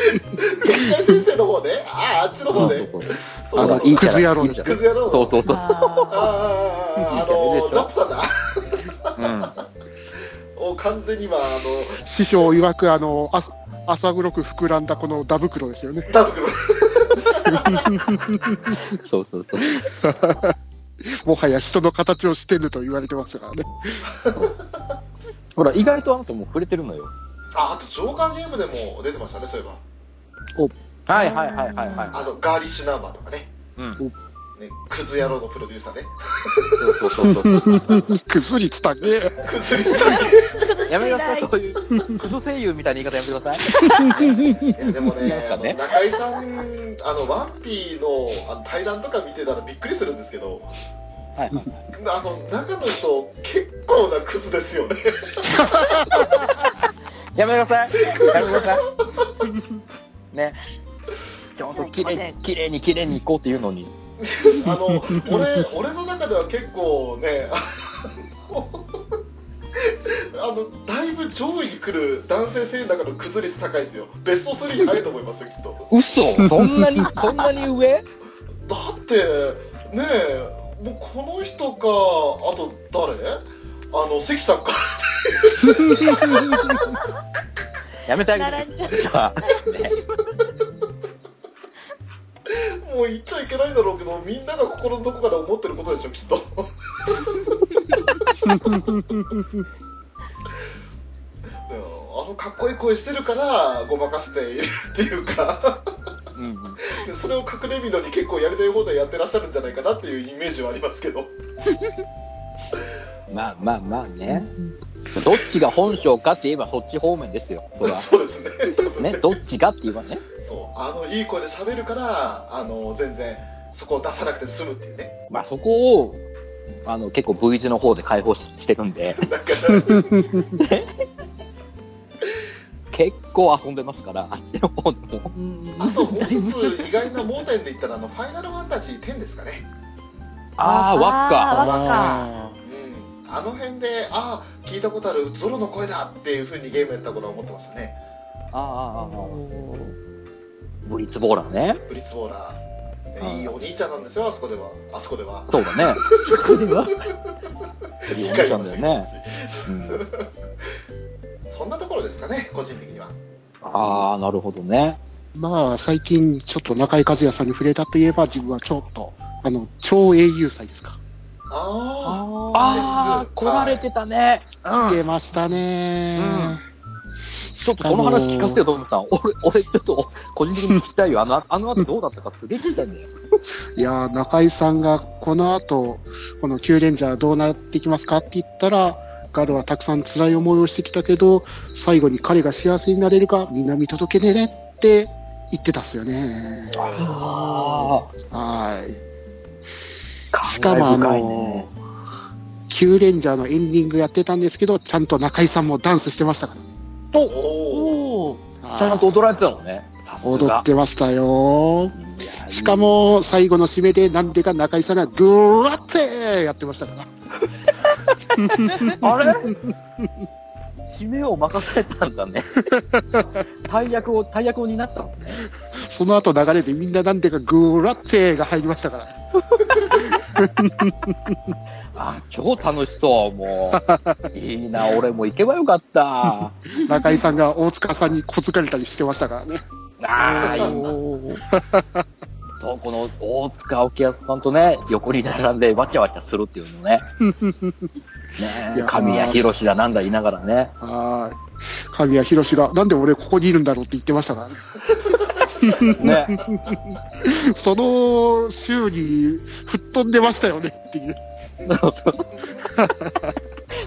先生の方ねあああっちの方ね
そうそうそう
そう
あ
だ
の、いいキャラ
クズ野郎
いいキャラ
クズ野郎
そうそうそう。
あ
あ。
あああああ
いい
の
キャラでしょ
ザップさんだ
うん。
お完全に今あの
師匠曰く、あの、あ朝黒く膨らんだこのダ袋ですよね。
ダブル
そうそうそう。
もはや人の形をしてると言われてますからね。 <laughs>
ほら、意外とあなたもう触れてるのよ。
ああとジョーカーゲームでも出てましたねそういえば
はいはいはいはいはい。
あのガーリッシュナンバーとかね
うん。
ねクズ野郎のプロデューサーね
そうそうそうそう。
<laughs>
くずりつたね。
クズリスだけ
クズ
やめな <laughs> さい、そういう、クズ声優みたいな言い方やめてください。
いやでもね
<laughs> なんかね
中井さんあのワンピーのあの対談とか見てたらびっくりするんですけど
はい。
あの中の人結構なクズですよね <laughs>
やめなさい。やめなさい。ね。ちょっと綺麗、綺麗に綺麗に行こうっていうのに。
あの俺俺の中では結構ねあのだいぶ上位に来る男性声優の中のクズ率高いですよベスト3に入ると思いますよきっと
嘘そんなに、そんなに上
だってねえもうこの人かあと誰あの関さんか
やめてあげ
並んじゃう
て。じゃあ、ね
もう言っちゃいけないんだろうけどみんなが心のどこかで思ってることでしょきっとでもあのかっこいい声してるからごまかしているっていうか
うん。
それを隠れみのに結構やりたい放題やってらっしゃるんじゃないかなっていうイメージはありますけど
まあまあまあね。どっちが本性かって言えばそっち方面ですよ。そ
<laughs>
ら。
そうですね多分
ね、どっちかって言えばね。
そうあのいい声で喋るからあの全然そこを出さなくて済むっていうね
まあそこを、あの、結構 V 字の方で解放ししてるんで、
だから
結構遊んでますから、あっちの方でも。
あともう一つ意外な盲点で言ったらあのファイナルファンタジー10ですかね
ああ、輪っ
あ
か。
ー若
あ
うんあの辺でああ聞いたことあるゾロの声だっていうふうにゲームやったことは思ってましたね
ああ、ああ、ブリッツボーラーね。
ブリッツボーラ
あ
ーいいお兄ちゃんなんですよあそこではあそこでは
そうだね。
そこでは。
いいお
一
兄
回
ち
言い
ゃん
まし
だ
た
よ
け
ね。
ど
うん、
そんなところですかね個人的には
ああ、なるほどね。
ーまあ、最近、ちょっと中井和也さんに触れたといえば、自分はちょっと、あの、超英雄祭ですか。
あ
ああ、来られてたね。
来てましたね
うんちょっとこの話聞かせてよ、トムさん。俺、俺、ちょっと、個人的に聞きたいよ。あの、あの後どうだったかすげえ聞きたいんだよ。
いやー中井さんがこの後この9レンジャーどうなっていきますかって言ったらガルはたくさん辛い思いをしてきたけど最後に彼が幸せになれるかみんな見届けねねって言ってたっすよね
あ
はい
あ、
しかもあの9レンジャーのエンディングやってたんですけどちゃんと中井さんもダンスしてましたか
お
と、
おー
おお。
ら
ちゃんと踊られてたのね。さすが
踊ってましたよ
いや
しか、も最後の締めでなんでか中井さんがグワッてやってましたから
あれ締めを任されたんだね。大役を、大役を担ったのね。
その後流れでみんななんでかグラッテが入りましたから。
あ、超楽しそう、もう。いいな、俺も行けばよかった。
中井さんが大塚さんに小づかれたりしてましたからね。
ああ、いいな。 <laughs> そう、この大塚沖安さんとね、横に並んでわちゃわちゃするっていうの
<laughs>
ね。ね
い
え
やー
神谷博士だなんだ言いながらね。
はい。神谷博士が、なんで俺ここにいるんだろうって言ってましたからね。
ね。
<laughs> その週に吹っ飛んでましたよねっていう。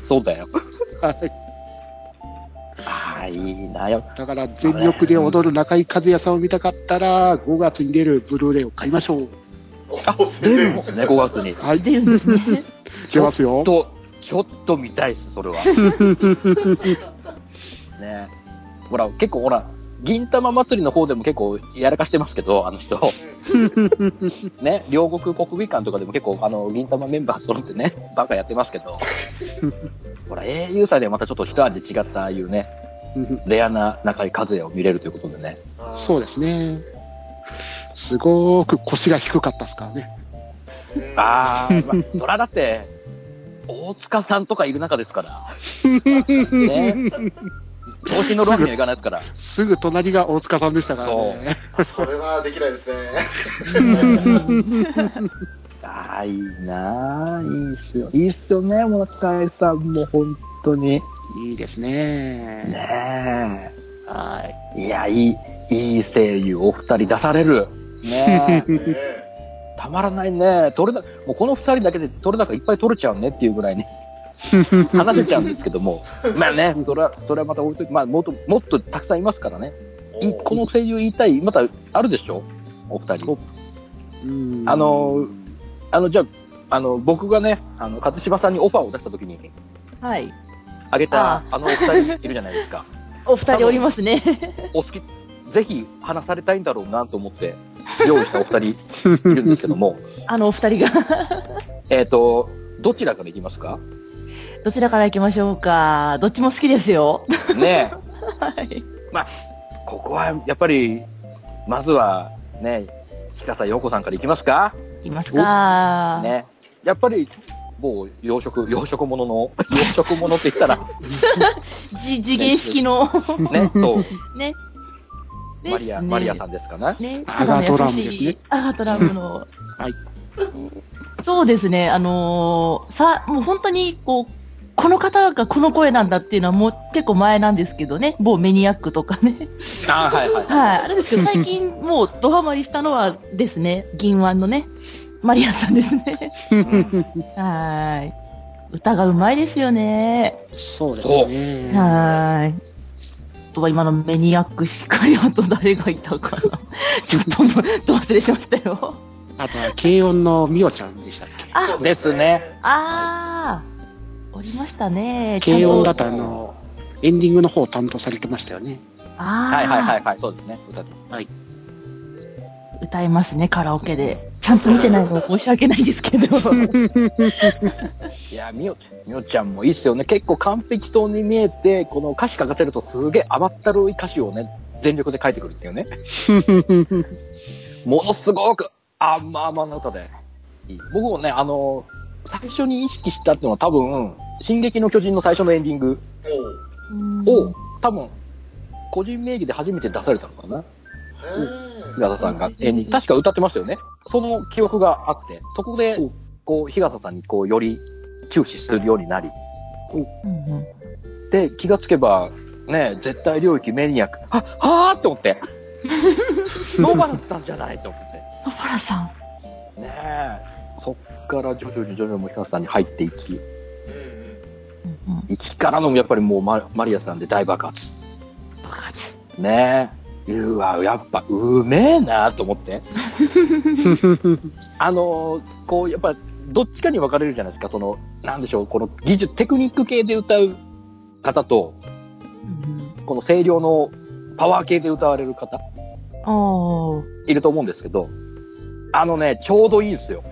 そうだよ。
はい。
ああ、いいなよ。
だから全力で踊る中井和也さんを見たかったら、5月に出るブルーレイを買いましょう。
お
出るんですね、5月に。
はい。
出るんですね。
<laughs> 出ますよ
ち。ょっと、ちょっと見たいです、そ
<laughs>
れは。ねえほら、結構ほら、銀玉祭りの方でも結構やらかしてますけど、あ
<laughs>
の人。ね、両国国技館とかでも結構、あの、銀玉メンバー揃ってね、バカやってます
<laughs>
けど。ほら、英雄祭ではまたちょっと一味違った、ああいうね、レアな中井和也を見れるということでね。
あー
そうですね。すごく腰が低かったですからね。
うん
ああ、まあ、そらだって、大塚さんとかいる中ですから。ね。調子のロンにはいかないですから。
すぐ隣が大塚さんでしたからね。
それはできないです
<laughs>
ね
ああ、いいなあ、いいっすよ。いいっすよね、もう中井さんも本当に。
いいですね。
ね
はい。
え。いや、いい、いい声優お二人出される。ねえ。
ねえ
たまらないね。取れな、もうこの二人だけで取れ高いっぱい取れちゃうねっていうぐらいに。話せちゃうんですけども、まあね、それは、それはまた置いといて、まあ、もっと、もっとたくさんいますからね。いこの声優言いたい、またあるでしょお二人。
うん
あのあの、じゃあ、あの、僕がね、あの、勝島さんにオファーを出したときに、
はい。
あげ
あ
た
あ、
あのお二人いるじゃないですか。
お二人おりますね。
お好き、ぜひ話されたいんだろうなと思って、用意したお二人いるんですけども、
あのお二人が。
えっと、どちらからいきますか
どちらから行きましょうか。どっちも好きですよ。
ねえ、
はい。
ここはやっぱり、まずはね、近さ陽子さんからいきますか
行きますか。
ね。やっぱり、もう養殖、養殖ものの、 <laughs> 養殖ものって言ったら、
じ、次元式の。
ね、そう、
ね。ですね
マリア、マリアさんですかね。
ね、
アガトラム
肌の優しい
ですね。
アガトラムの。
はい
そうですね、あのーさ、もう本当に、こう、この方がこの声なんだっていうのはもう結構前なんですけどね、某メニアックとかね。
あはいはい。
はい、あれですけど、最近もうドハマりしたのはですね、銀腕のね、マリアさんです
<laughs>
ね。はーい。歌がうまいですよね。
そうですね。
はーい。あとは今のメニアックしかりあと誰がいた
<laughs>
かな。ちょっと忘れしましたよ。
あとは、軽音のミオちゃんでしたっけ
あ、
ですね。
あー、おりましたね。
軽音だ
ち
とあの、エンディングの方を担当されてましたよ
<laughs>
ね。
ゃんとあー、
はいはいはいはい。そうですね。歌って
歌いますね、カラオケで。ちゃんと見てない
<laughs>
の申し訳ないですけど。
いや、みよ、みよちゃんもいいですよね。結構完璧そうに見えて、この歌詞書かせるとすげえ甘ったるい歌詞をね、全力で書いてくるんですよ <laughs> ね。ものすごく甘々な歌で。いい僕もね、あの、最初に意識したっていうのは多分、進撃の巨人の最初のエンディングを、多分、個人名義で初めて出されたのかな。日
お
向さんが、えー確か歌ってましたよね。その記憶があって、そこで、こう、日向さんに、こう、より注視するようになり、
うんうん
で、気がつけば、ね、絶対領域メニアック、あ、はーって思って、ノーバランスなんじゃないと思って。
野原さん。
ねえ、そっから徐々に徐々にもう日向さんに入っていき、
うんうん
いきからのやっぱりもうママリアさんで大爆発。
爆発
ねえ、うわ、やっぱうめえなと思って。あのーこう、やっぱ、どっちかに分かれるじゃないですか、その、なんでしょう、この技術、テクニック系で歌う方と、
うん
この声量のパワー系で歌われる方、
うんおー
いると思うんですけど、あのね、ちょうどいいんですよ。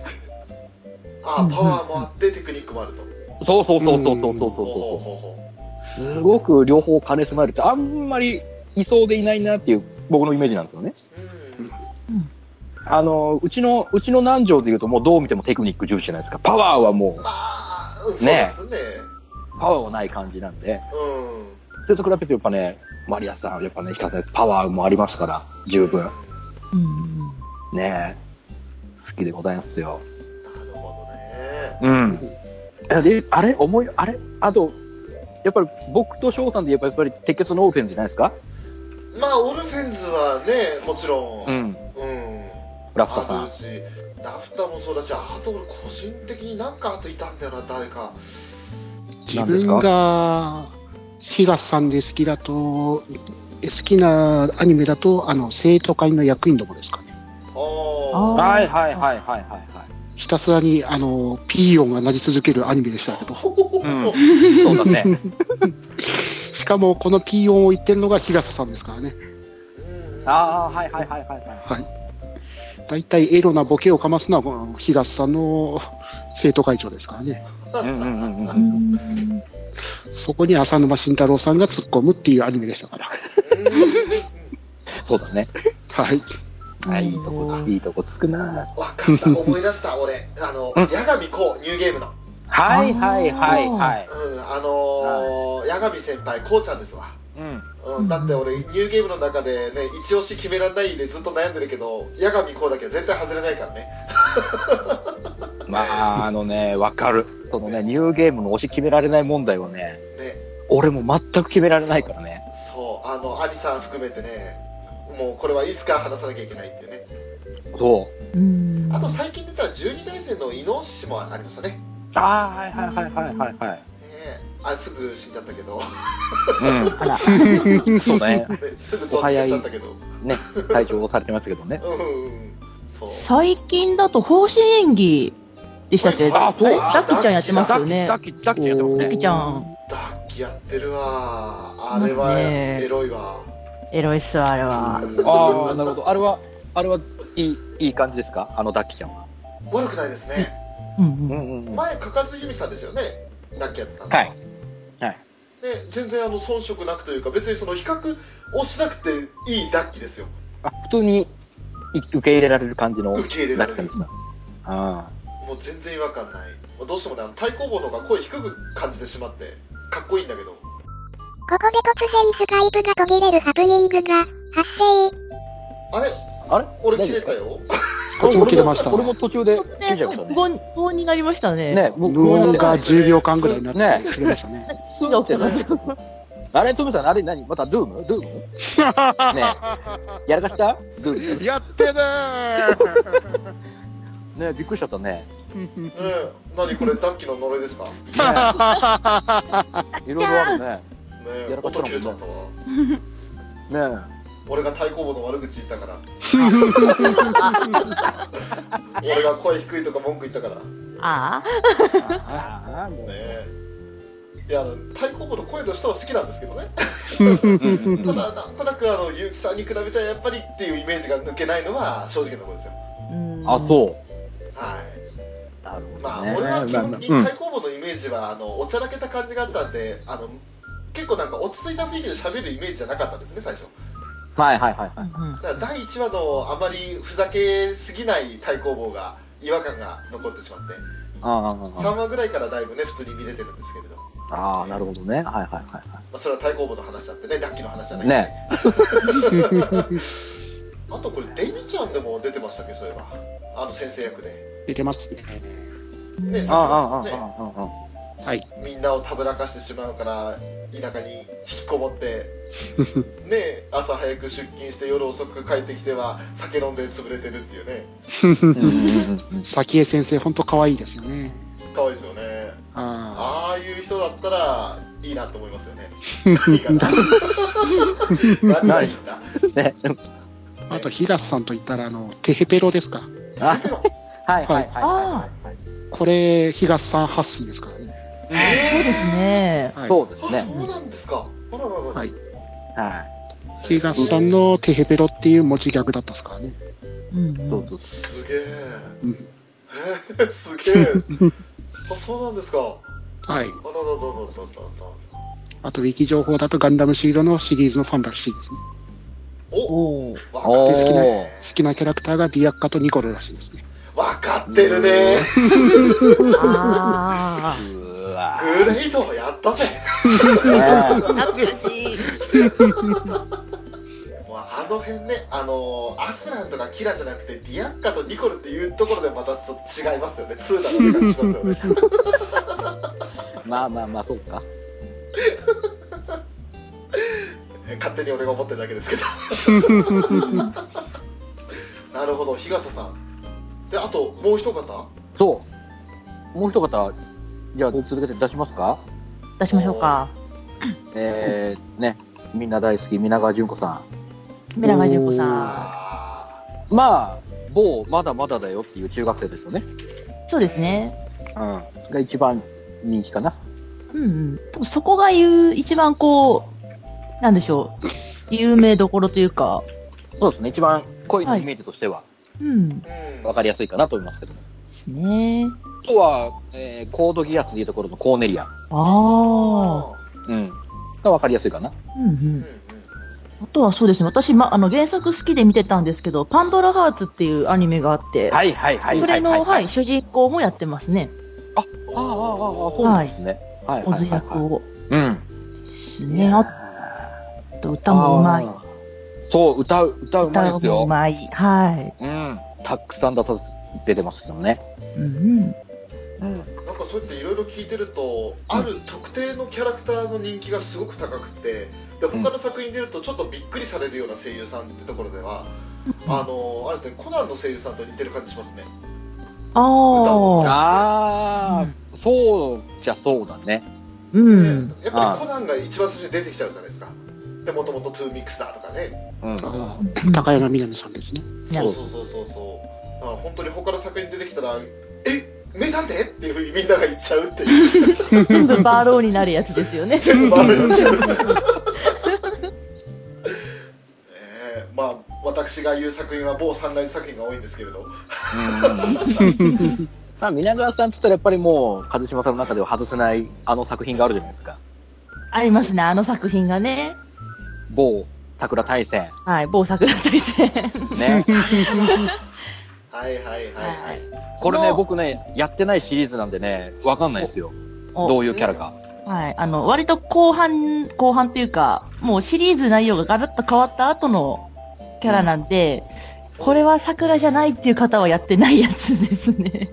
あパワーもあってテクニックもあると
そうそうそうそうそう <laughs> そ
ほう
うそう
ほ
そ
うほうほ
う。すごく両方兼ね備えるって、あんまりいそうでいないなっていう、僕のイメージなんですよね。
ううん
あのーうちの、うちの南條で言うと、もうどう見てもテクニック重視じゃないですか。パワーはも
まあそうですね
ねう、パワーはない感じなんで。
うん
それと比べてやっぱね、マリアさん、やっぱね、ヒカさん、パワーもありますから、十分。
うんうん
ねえ好きでございますよ。
なるほどね
うん。で、あれ思い、あれあと、やっぱり僕と翔さんで言えばやっぱり鉄血のオープンじゃないですか
まあオルフェンズはねもちろん
ん。
うん
ラプタ
あ
さ
る
ん。
しラフターもそうだしあと俺個人的になんかあといたんだよな誰か
自分が、日賀さんで好きだと、好きなアニメだと、あの、生徒会の役員どもですかね。
ああ
あ
はいはいはいはいはい
ひたすらに、あの、ピー音が鳴り続けるアニメでしたけど。
はい。うん。そうだ <laughs> ね。
しかも、このピー音を言ってるのが日笠さんですからね。
ああ、はいはいはいはいはい。
はい。大体、エロなボケをかますのはこの、日笠さんの生徒会長ですからね。
うんうんうんう。
うんん
そこに浅沼慎太郎さんが突っ込むっていうアニメでしたから。
そうだね。
はい。
あいいとこだ。いいとこつくな。
わかった思い出した俺あの
うん
八神こうニューゲームの
はいはいはいはい。
うんあのー八神先輩こうちゃんですわ
うん。
うん、だって俺ニューゲームの中でね一押し決められないでずっと悩んでるけど八神こうだけは絶対外れないからね
まあ、あのね、わかる。そのね、ニューゲームの推し決められない問題はね、
ね
俺も全く決められないからね。
そうあのアリさん含めてねもうこれはいつか話さなきゃいけないっていうね
そう。
うん
あと最近出た12代生の伊能氏もありましたね
ああ、はいはいはいはいはいはい。
あすぐ死んじゃったけ
<laughs>
ど
うん。
あら、
そうね。
すぐ突入しちゃったけど
ね。体調されてましたけどね。
うんそう
最近だと方針演技でしたっけ
あそう
ダッキーちゃんやってますよね。
ダッキー、ダッキーやってます
ダッキ
ね
ー。ちゃん、
ダッキやってるわあれは
ますね
エロいわ
エロいっすわ、あれは。
ああ、なるほど。あれは、あれはいい、いい感じですかあのダッキーちゃんは。
悪くないですね
うんうん。
んうん。
前かかずゆみさんですよねダッキやってたの
はいはい
で全然あの遜色なくというか別にその比較をしなくていいダッキですよ
あ、普通にい受け入れられる感じのダ
受け入れられ
ッキ
る
ーさん。あ
もう全然違和感ないどうしてもねあの太鼓棒の方が声低く感じてしまってかっこいいんだけど
ここで突然スカイプが途切れるハプニングが発生。
あれ
あ。あれ
俺切れたよ
こっちも切れました
俺も途中で
突
切れちゃいまし
然、
たね。
無言、無言になりましたね。
ね、
無音が10秒間ぐらいになっ
ね
て切れましたね。
すぐってない。あれ、トムさん、あれ何またドゥームドゥ
<laughs>
ームねえやらかしたドゥーム
やってね
ねえびっくりしちゃったね。
ねえ何これダッキの呪いですかね
ねえいろいろあるね。
え
やらかした
音
もん
切
ね
れちゃったわ
ね
俺が太鼓棒の悪口言った
<laughs>
から俺が声低いとか文句言ったからね
あ
え。ああ、もうね。
えいやあの太鼓棒の声の人は好きなんですけどねただなんとなくあの結城さんに比べちゃやっぱりっていうイメージが抜けないのは正直なところですよ
あ。うん
あ、そう。
はい
なるほ
まあ、
どね。
俺は基本に
うん
太鼓部のイメージはあのおちゃらけた感じがあったんであの結構なんか落ち着いた雰囲気で喋るイメージじゃなかったんですね最初
はいはいはいはい。
うんうん
だから第1話のあまりふざけすぎない太鼓棒が違和感が残ってしまって
あ
3話ぐらいからだいぶね普通に見れてるんですけれど、ま
あああ、なるほどね。はいはいはいは
あ、それは太鼓棒の話だってねラッキーの話じゃない
い。 <laughs> ね
あとこれデミちゃんでも出てましたっけそういえばあの先生役で
出てますね。
ね
え。ああ、ああ、あ
ね
あ、ああ。
はい。
みんなをたぶらかしてしまうから田舎に引きこもって
<laughs>
ね朝早く出勤して夜遅く帰ってきては酒飲んで潰れてるっていうね
うんうんうん
早紀江先生、本当可愛いですよね。
かわいいですよね
あ
ああいう人だったらいいなと思いますよね何がだ何がいいんだ
ね。
あ。あと、東さんと言ったら、あの、テヘペロですか。
あはいはいはい
あ
はいはい。
これ、東さん発信ですからね。
そうですね。
はい。
そうです
あ
ね。
そうなんですかあらららら
はい
は
東さんのテヘペロっていう持ち逆だったですからね。
うん
い。
う
そ
ん
うそうそ
すげえ
うん
えーすげえあそうなんですかあ
は
らららららら
い。
ら
あと、ウィキ情報だと、ガンダムシードのシリーズのファンらしいですね。
お
おー
わ
お
か
で
っ
好きな
ー
好きなキャラクターがディアッカとニコルらしいですね。
わかってるね
あ
う。うわ
グレイトやったぜ
ー。ね
あ。懐かしい。
もうあの辺ね、あのーアスランとかキラじゃなくて、ディアッカとニコルっていうところでまたちょっと違いますよね、ツーダの感じしますよね。
えまあまあまあ、そうか。
勝手に俺が思ってるだけですけど。なるほど、日傘さん。で、あともう一方、
そう。もう一方、じゃあ続けて出しますか
出しましょうか。
えー、ね、みんな大好き、皆川淳子さ
メラガジュンコさ
あ
ん。まあ、某まだまだだよっていう中学生ですよね。
ん。そうですね。
うん。が一番人気かな。
うんうん多分そこが言う、一番こう、なんでしょう。有名どころというか、
そうですね、一番恋のイメージとしては
うん、で
ーうん
分かりやすいかなと思いますけど。
すね。
あとは、えーコードギアスでいうところのコーネリア。
ああ。
うん。が分かりやすいかな。
うんう
うん
ん。
うん
あとはそうですね。私、ま、あの、原作好きで見てたんですけど、パンドラハーツっていうアニメがあって、
はいはいはいはいはい。
それの、はい、主人公もやってますね。
ああ、ああ、ああ、そうなんですね。はい。
オズ役を。
うん。
ですね。あと、歌もうまい
あ。ー。そう、歌う、歌うま
歌
いです
もう
よ。
まい。はい。
うん。たくさん出さ出てますけどね。
うん
うん。
なんかそうやっていろいろ聞いてると、ある特定のキャラクターの人気がすごく高くて、で他の作品出るとちょっとびっくりされるような声優さんってところでは、あのーあれですね、コナンの声優さんと似てる感じしますね。
うん。ああ。
ああ、そうじゃそうだね。
うん。
やっぱりコナンが一番最初に出てきちゃうじゃないですかでもともとトゥーミックスだとかね
うん。
あー高山みなみさんです <laughs> ね。
な
そうそうそうそうそうだから本当に他の作品出てきたらえ名探偵っていうふうにみんなが言っちゃうっていう
全部バーローになるやつですよね。 <laughs>
全部バーベルになっちゃう <laughs> ねえまあ私が言う作品は某サンライズ作品が多いんですけれど
<laughs> まあ、皆川さんっつったらやっぱりもう、一島さんの中では外せないあの作品があるじゃないですか。
ありますね、あの作品がね。
某桜大戦。
はい、某桜大戦。
ね。
はいはいはいはい
これね、
の
僕ね、やってないシリーズなんでね、わかんないんですよ。
お
<laughs> どういうキャラか。
はい、あの、割と後半、後半っていうか、もうシリーズ内容がガラッと変わった後のキャラなんで、これは桜じゃないっていう方はやってないやつです
<laughs>
ね。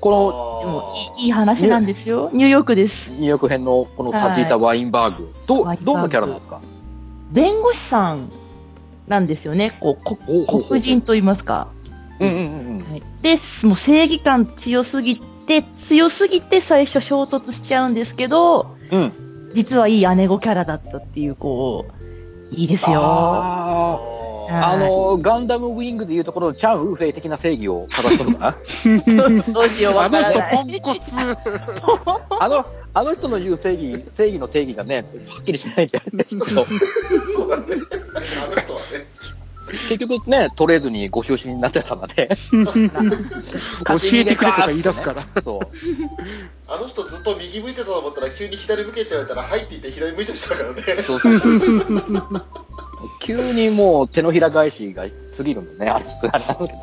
こ
でも
あー
いい、いい話なんですよ。ニューヨークです
の。入浴編のこの立ちいたワインバーグ。ど
ワイ
う、
ンバーグ
どんなキャラなんですか
弁護士さんなんですよね。こう、こ
おうほうほう
黒人と言いますか。
うんうんうんうん。
はい、で、もう正義感強すぎて、強すぎて最初衝突しちゃうんですけど、
うん。
実はいい姉子キャラだったっていう、こう、いいですよ。
あ
あ
ー
ー
はい
あの、ガンダムウィングでいうところのチャン・ウーフェイ的な正義を正しとるかな
<laughs> どうしよう、
あ
わ
の
から
人
ない。
ポンコツ。
あの、あの人の言う正義、正義の定義がね、はっきりしないんだよね。そう
そうだねあの人はね
結局ね、取れずにご就寝になってたんだね。
教えてくれとか言い出すから。
そう。
あの人ずっと右向いてたと思ったら急に左向けって言われたら入っていって左向いちゃった <laughs> からね
そうそう
<laughs>
急にもう手のひら返しが過ぎるんだね、あれあれなんだけど。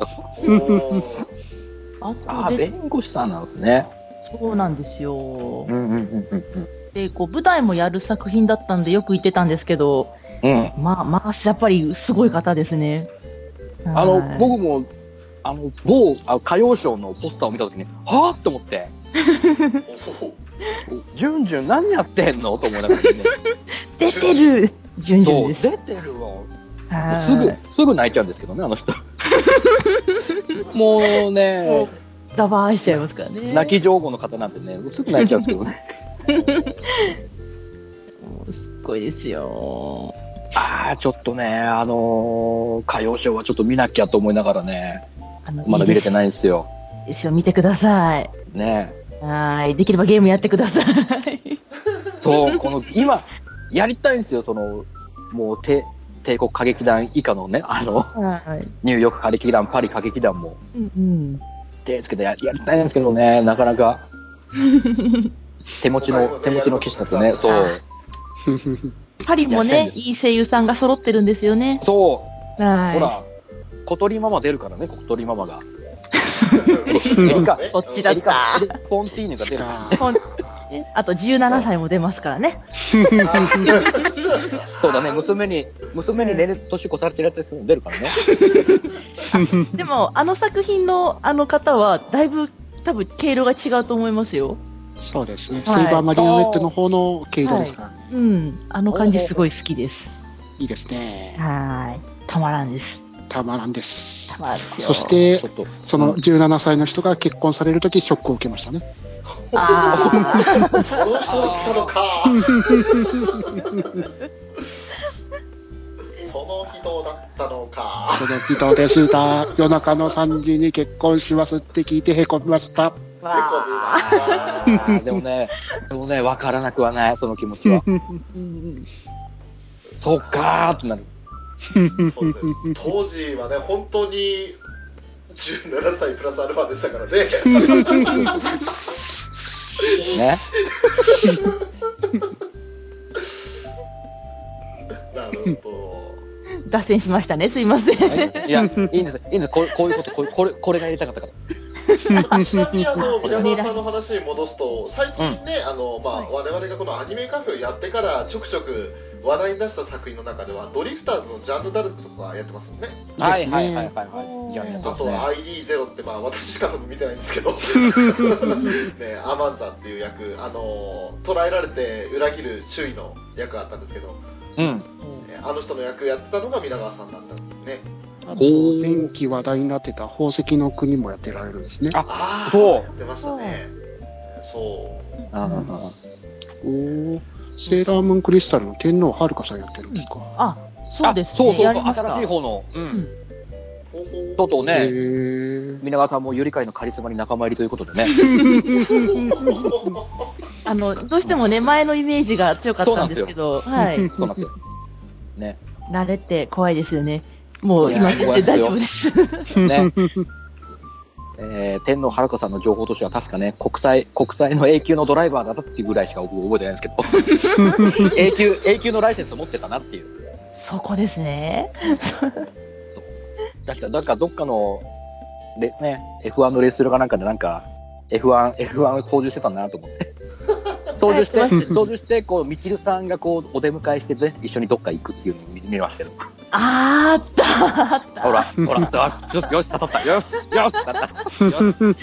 <laughs> おー
あ
あ
あ、
とで、
弁護士さんなんですね。
そうなんですよ。
んうんうん
で、こう、舞台もやる作品だったんでよく言ってたんですけど、
うん。うん。
まあ、まあ、やっぱりすごい方ですね。
あ
はい
の、僕も、あの、某あ歌謡賞のポスターを見たときに、はぁと思って、
おー
ジュンジュン何やってんのと思いながらね。
出てる、順々
そう、
です。
出てるわ。
はい
すぐ、すぐ泣いちゃうんですけどね、あの人。 <laughs> もうね、
ダバー愛しちゃいますからね。
泣き上手の方なんてね、すぐ泣いちゃうんですけどね。
もうすっごいですよ。
<laughs> ああ、ちょっとね、あのー歌謡ショーはちょっと見なきゃと思いながらね、
あの
まだ見れて
い
ないんですよ。
いですよ。見てください。
ね
はい。できればゲームやってください。
えそう、この、今、やりたいんですよ、その、もう、て帝国歌劇団以下のね、あの、
はい。
ニューヨーク歌劇団、パリ歌劇団も
うん
手つけてややりたいんですけどね、なかなか、
うん。
手持ちの、手持ちの騎士だとね、そう、
パリも
やりたい
ね
ん、です
いい声優さんが揃ってるんですよね。
そう、
はい。
ほら、小鳥ママ出るからね、小鳥マ
<laughs>
マが。
そうだね
こっちだっ
エリカ
た。
エリカポンティーヌが出る。
ほんねあと17歳も出ますからね。
そうだね、娘に、娘に年齢年越されてるやつですけど出るからね。
でも、あの作品のあの方は、だいぶ多分、経路が違うと思いますよ。
<laughs> そうですね。ス
はい
ーパーマリオネットの方の毛色ですからね。
うん。あの感じすごい好きです。
いいですね。
はい。たまらんです。
たまらんです
た。まらんですよ。
そし、て
ちょ、っと。
その17歳の人が結婚されるときショックを受けましたね。
ああ。
その人が来たのか <laughs> その人だったのか
その人でした。夜中の3時に結婚しますって聞いてへこみました。
<laughs> わあ。
あーでもね、でもね、わからなくはない、その気持ちは。そうかーってなる。
そうですね当時はね本当に17歳プラスアルファでした <laughs> からね
ね。
なるほ
脱線しましたね。すいません。
いや、いいんです、いいんです、こうこういうこと、こうこれ、これがやりたかったから。
どちなみにあの皆川さんの話に戻すと最近ね、あのまあ、
はい
我々がこのアニメカフェをやってからちょくちょく話題に出した作品の中ではドリフターズのジャンヌ・ダルクとかやってますよね
で
は
す
い
ね
はいはいはいはい。じゃあ、やっ
あ
ぱ
と
ね。
は ID0 って、まあ、私しか見てないんですけ
<laughs>
ど、ね、アマンザっていう役、あの捕らえられて裏切る周囲の役があったんですけど、
うん。
ねあの人の役やってたのが皆川さんだったんですね。
あと
ほう
前期話題になってた宝石の国もやってられるんですね。
あ
ああ、
そう
やってましたね。そう。
あー
おーセーラームーンクリスタルの天皇遥さんやってるんですか。
あ、そうですね。
そうそう
や
そ
り
う、
ました
新しい方の。うんん。とうとう
へ
ね、
ー
皆川さんもゆり会のカリスマに仲間入りということで <laughs> ね。
あの、どうしてもね、前のイメージが強かったんですけど、はい。
そうなんですよ。ね。
慣れて怖いですよね。もう
い
今
や
出て大丈夫です。
ね。えー、天皇遥子さんの情報としては確かね、国際、国際の永久のドライバーだったっていうぐらいしか僕覚えてないんですけ <laughs> ど、永久、永久のライセンス持ってたなっていう。
そこですね。
確か、なんかどっかの、でね、F1 のレースルかなんかでなんか、F1、F1 を操縦してたんだなと思って。操縦して、操縦して、こう、みちるさんがこう、お出迎えしてね、一緒にどっか行くっていうのを見見ましたよ。
あーあった、あった。
ほら、ほら、よし、ちょっとよし、刺さった、よし、よし、刺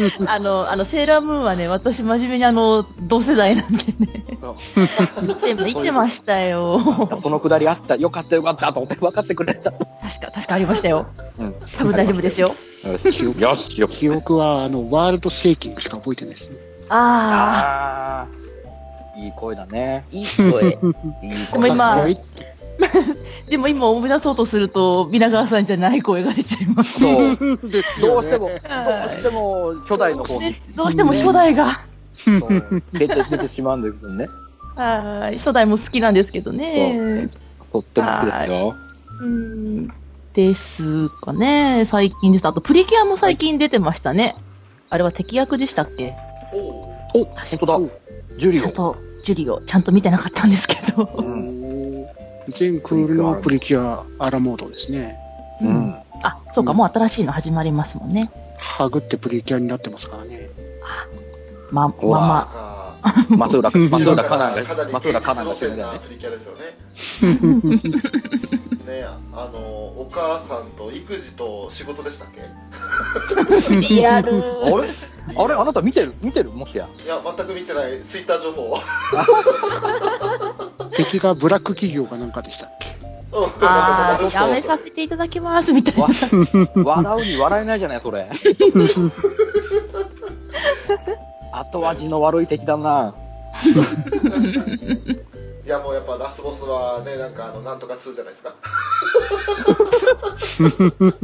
さった。
あの、あの、セーラームーンはね、私真面目にあの、同世代なんでね。見て、見てましたよ。
そのくだりあった、よかったよかったと思って分かってくれた。
確か、確かありましたよ。
うん、
多分大丈夫ですよ。
よし。よし、
<laughs>
よ
記憶はあのワールドシェイキングしか覚えてないですね。
ああ、
ああ、いい声だね。
いい声。
いい
ごめん
声だね。
まあ
かっこいい
でも今思い出そうとすると、皆川さんじゃない声が出ちゃいます。
そう。
です
<laughs> ど
よ
うして
ね
も、どうしても、初代の方に
どうしても初代が。
そう出て、出てしまうんですけどね。
はい初代も好きなんですけどね。
とっても好きですよ。
うんですかね、最近です。あと、プリキュアも最近出てましたね。あれは敵役でしたっけ
お、本当だ。ジュリ
ちゃん
オ。
と、ジュリオ、ちゃんと見てなかったんですけど。
うん。
全クールのプリキュアアラモードですね。
うん。
あ、そうか、もう新しいの始まりますもんね。
ハグってプリキュアになってますからね。
ま、まあ
うわ
ま
松浦、 <laughs> 松浦
か
カ
な
ナ
り
ン
かな
が、
り
松浦カナンが
路
死ん
線
だ
な
よね。
プリキュアですよね。ね
<laughs>
あのお母さんと育児と仕事でしたっけ？
あ。リアル。
あれあれあなた見てる見てるもしや。
いや全く見てないツイッター情報。
敵がブラック企業かなんかでしたっけ。
<laughs>
あー、やめさせていただきます、みたいな
わ。笑うに笑えないじゃない、そ <laughs> れ。後味の悪い敵だな。
いやもうやっぱラスボスはねなんかあのなんとか2じゃないですか。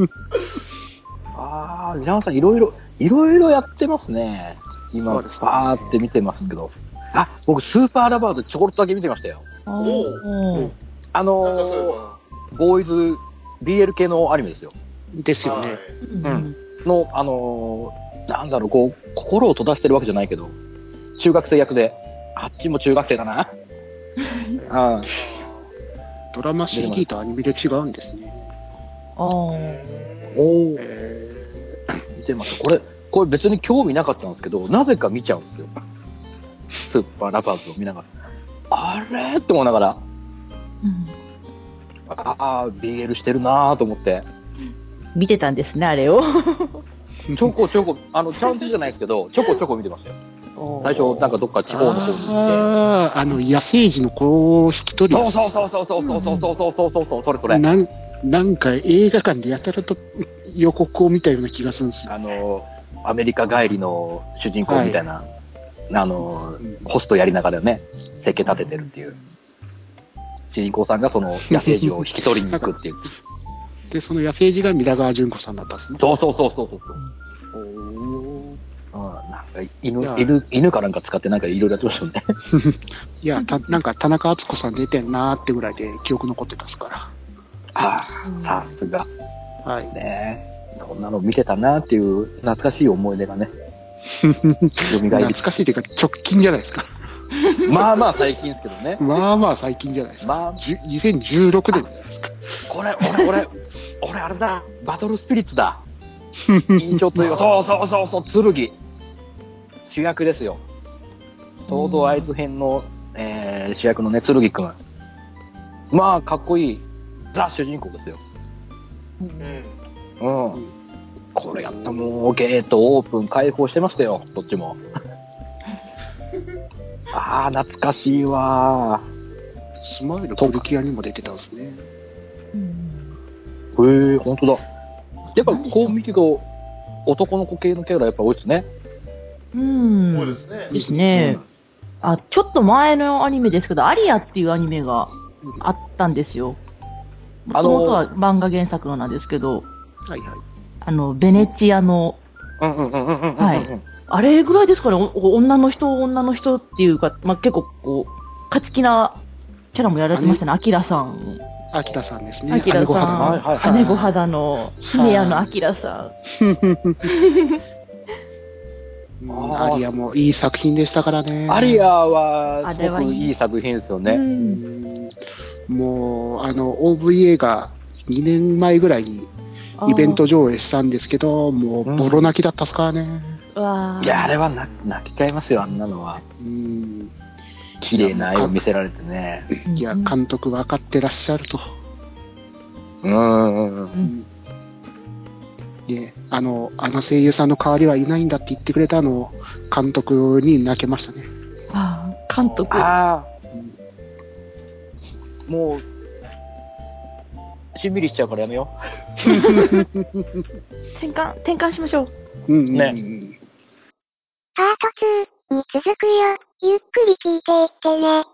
ああ、皆川さん、いろいろ、いろいろやってますね。
そ
今、バ
うですね
ーって見てますけど。あ、僕、スーパーラバーズちょこっとだけ見てましたよ。
おー
な
あ
んかそういえ
の
ば
ー、ボーイズ BL 系のアニメですよ。
ですよ
は
ね。
い
うん
の、あのー、なんだろう、こう、心を閉ざしてるわけじゃないけど、中学生役で、あっちも中学生だな。うん。
ドラマ CD とアニメで違うんですね。
おー
おー
え
見てますこれこれ別に興味なかったんですけどなぜか見ちゃうんですよスーパーラバーズを見ながらあれって思いながら
うん
ああ BL してるなーと思って
見てたんですね、あれを。
ちょこちょこあのちゃんとじゃないですけどちょこちょこ見てましたよ最
お
初なんかどっか地方の方に行って
ああ、あの野生児の子を引き取り
そ
や
う
す
そうそうそうそうそうそうそうそうそうそうそれそれ
なんなんか映画館でやたらと予告を見たような気がするんですよ。
あのアメリカ帰りの主人公みたいな、あのホストやりながらね設計立ててるっていう主人公さんがそ <laughs> の野生児を引き取りに行くっていう
で、その野生児が皆川淳子さんだったんですね。
そうそうそうそうそうそう。うん、なんか犬
いや
犬犬かなんか使ってなんかいろいろやってましたよね。
いや、たなんか田中敦子さん出てんなーってぐらいで記憶残ってたですか
<laughs> ああ、 <laughs> さすが
ら。はい。
ね。そんなの見てたなっていう懐かしい思い出が <laughs> ね。蘇り
懐かしいというか直近じゃないですか。
まあまあ最近ですけどね。
まあまあ最近じゃないですか。
まあ
じゅ2016年じゃないですか。
これ俺俺俺あれだ。バトルスピリッツ <laughs> だ。緊張というかそうそうそうそう剣主役ですよ。想像あいつ編の、えー主役のね剣くん。まあかっこいいザ主人公ですよ。
うん
うん。これやったもうゲートオープン開放してましたよ、どっち <laughs> も。ああ、懐かしいわ
スマイルプリキュアにも出てたんですね。
うん
ー。へえ、本当だ。やっぱこう見てると、男の子系のキャラやっぱ多いですね。
うん。
そうですね
ですね。あ、ちょっと前のアニメですけど、アリアっていうアニメがあったんですよ。
あ
あ
の
のは漫画原作のなんですけど、
はいはい。
あの、ベネチアの、
うんうんうんうんうんうんうん。
はいあれぐらいですかね、お女の人、女の人っていうか、まあ、結構こう、勝ち気なキャラもやられてましたね、アキラさん。
アキラさんですね。
アキラ
姉御肌の
はいはいは
さ
い
ん。姉御肌の、姫屋のアキラさ
うん
あー
アリアもいい作品でしたからね。
アリアは、
あ
す
れ
ご
はいい
くいい作品ですよ
ん。
ね。
う
ね。
ん。もう、あの、OVA が2年前ぐらいに
あー
イベン。ト上映したんですけど、も
うん
うボロ泣きだったっすからね。
うわー
いや、あれは泣泣きちゃいますよ、あんなのは。
うん。
綺麗な絵を見せられてね。
いや、
うん
監督分かってらっしゃると。
うんうんうん。
うん
ね、あの、あの声優さんの代わりはいないんだって言ってくれたあの監督に泣けましたね。
あー監督。
ああ。もう、しんみりしちゃうからやめよ
転換、転換しましょう。
うん、うん。
ね
パート2に続くよ。ゆっくり聞いていってね。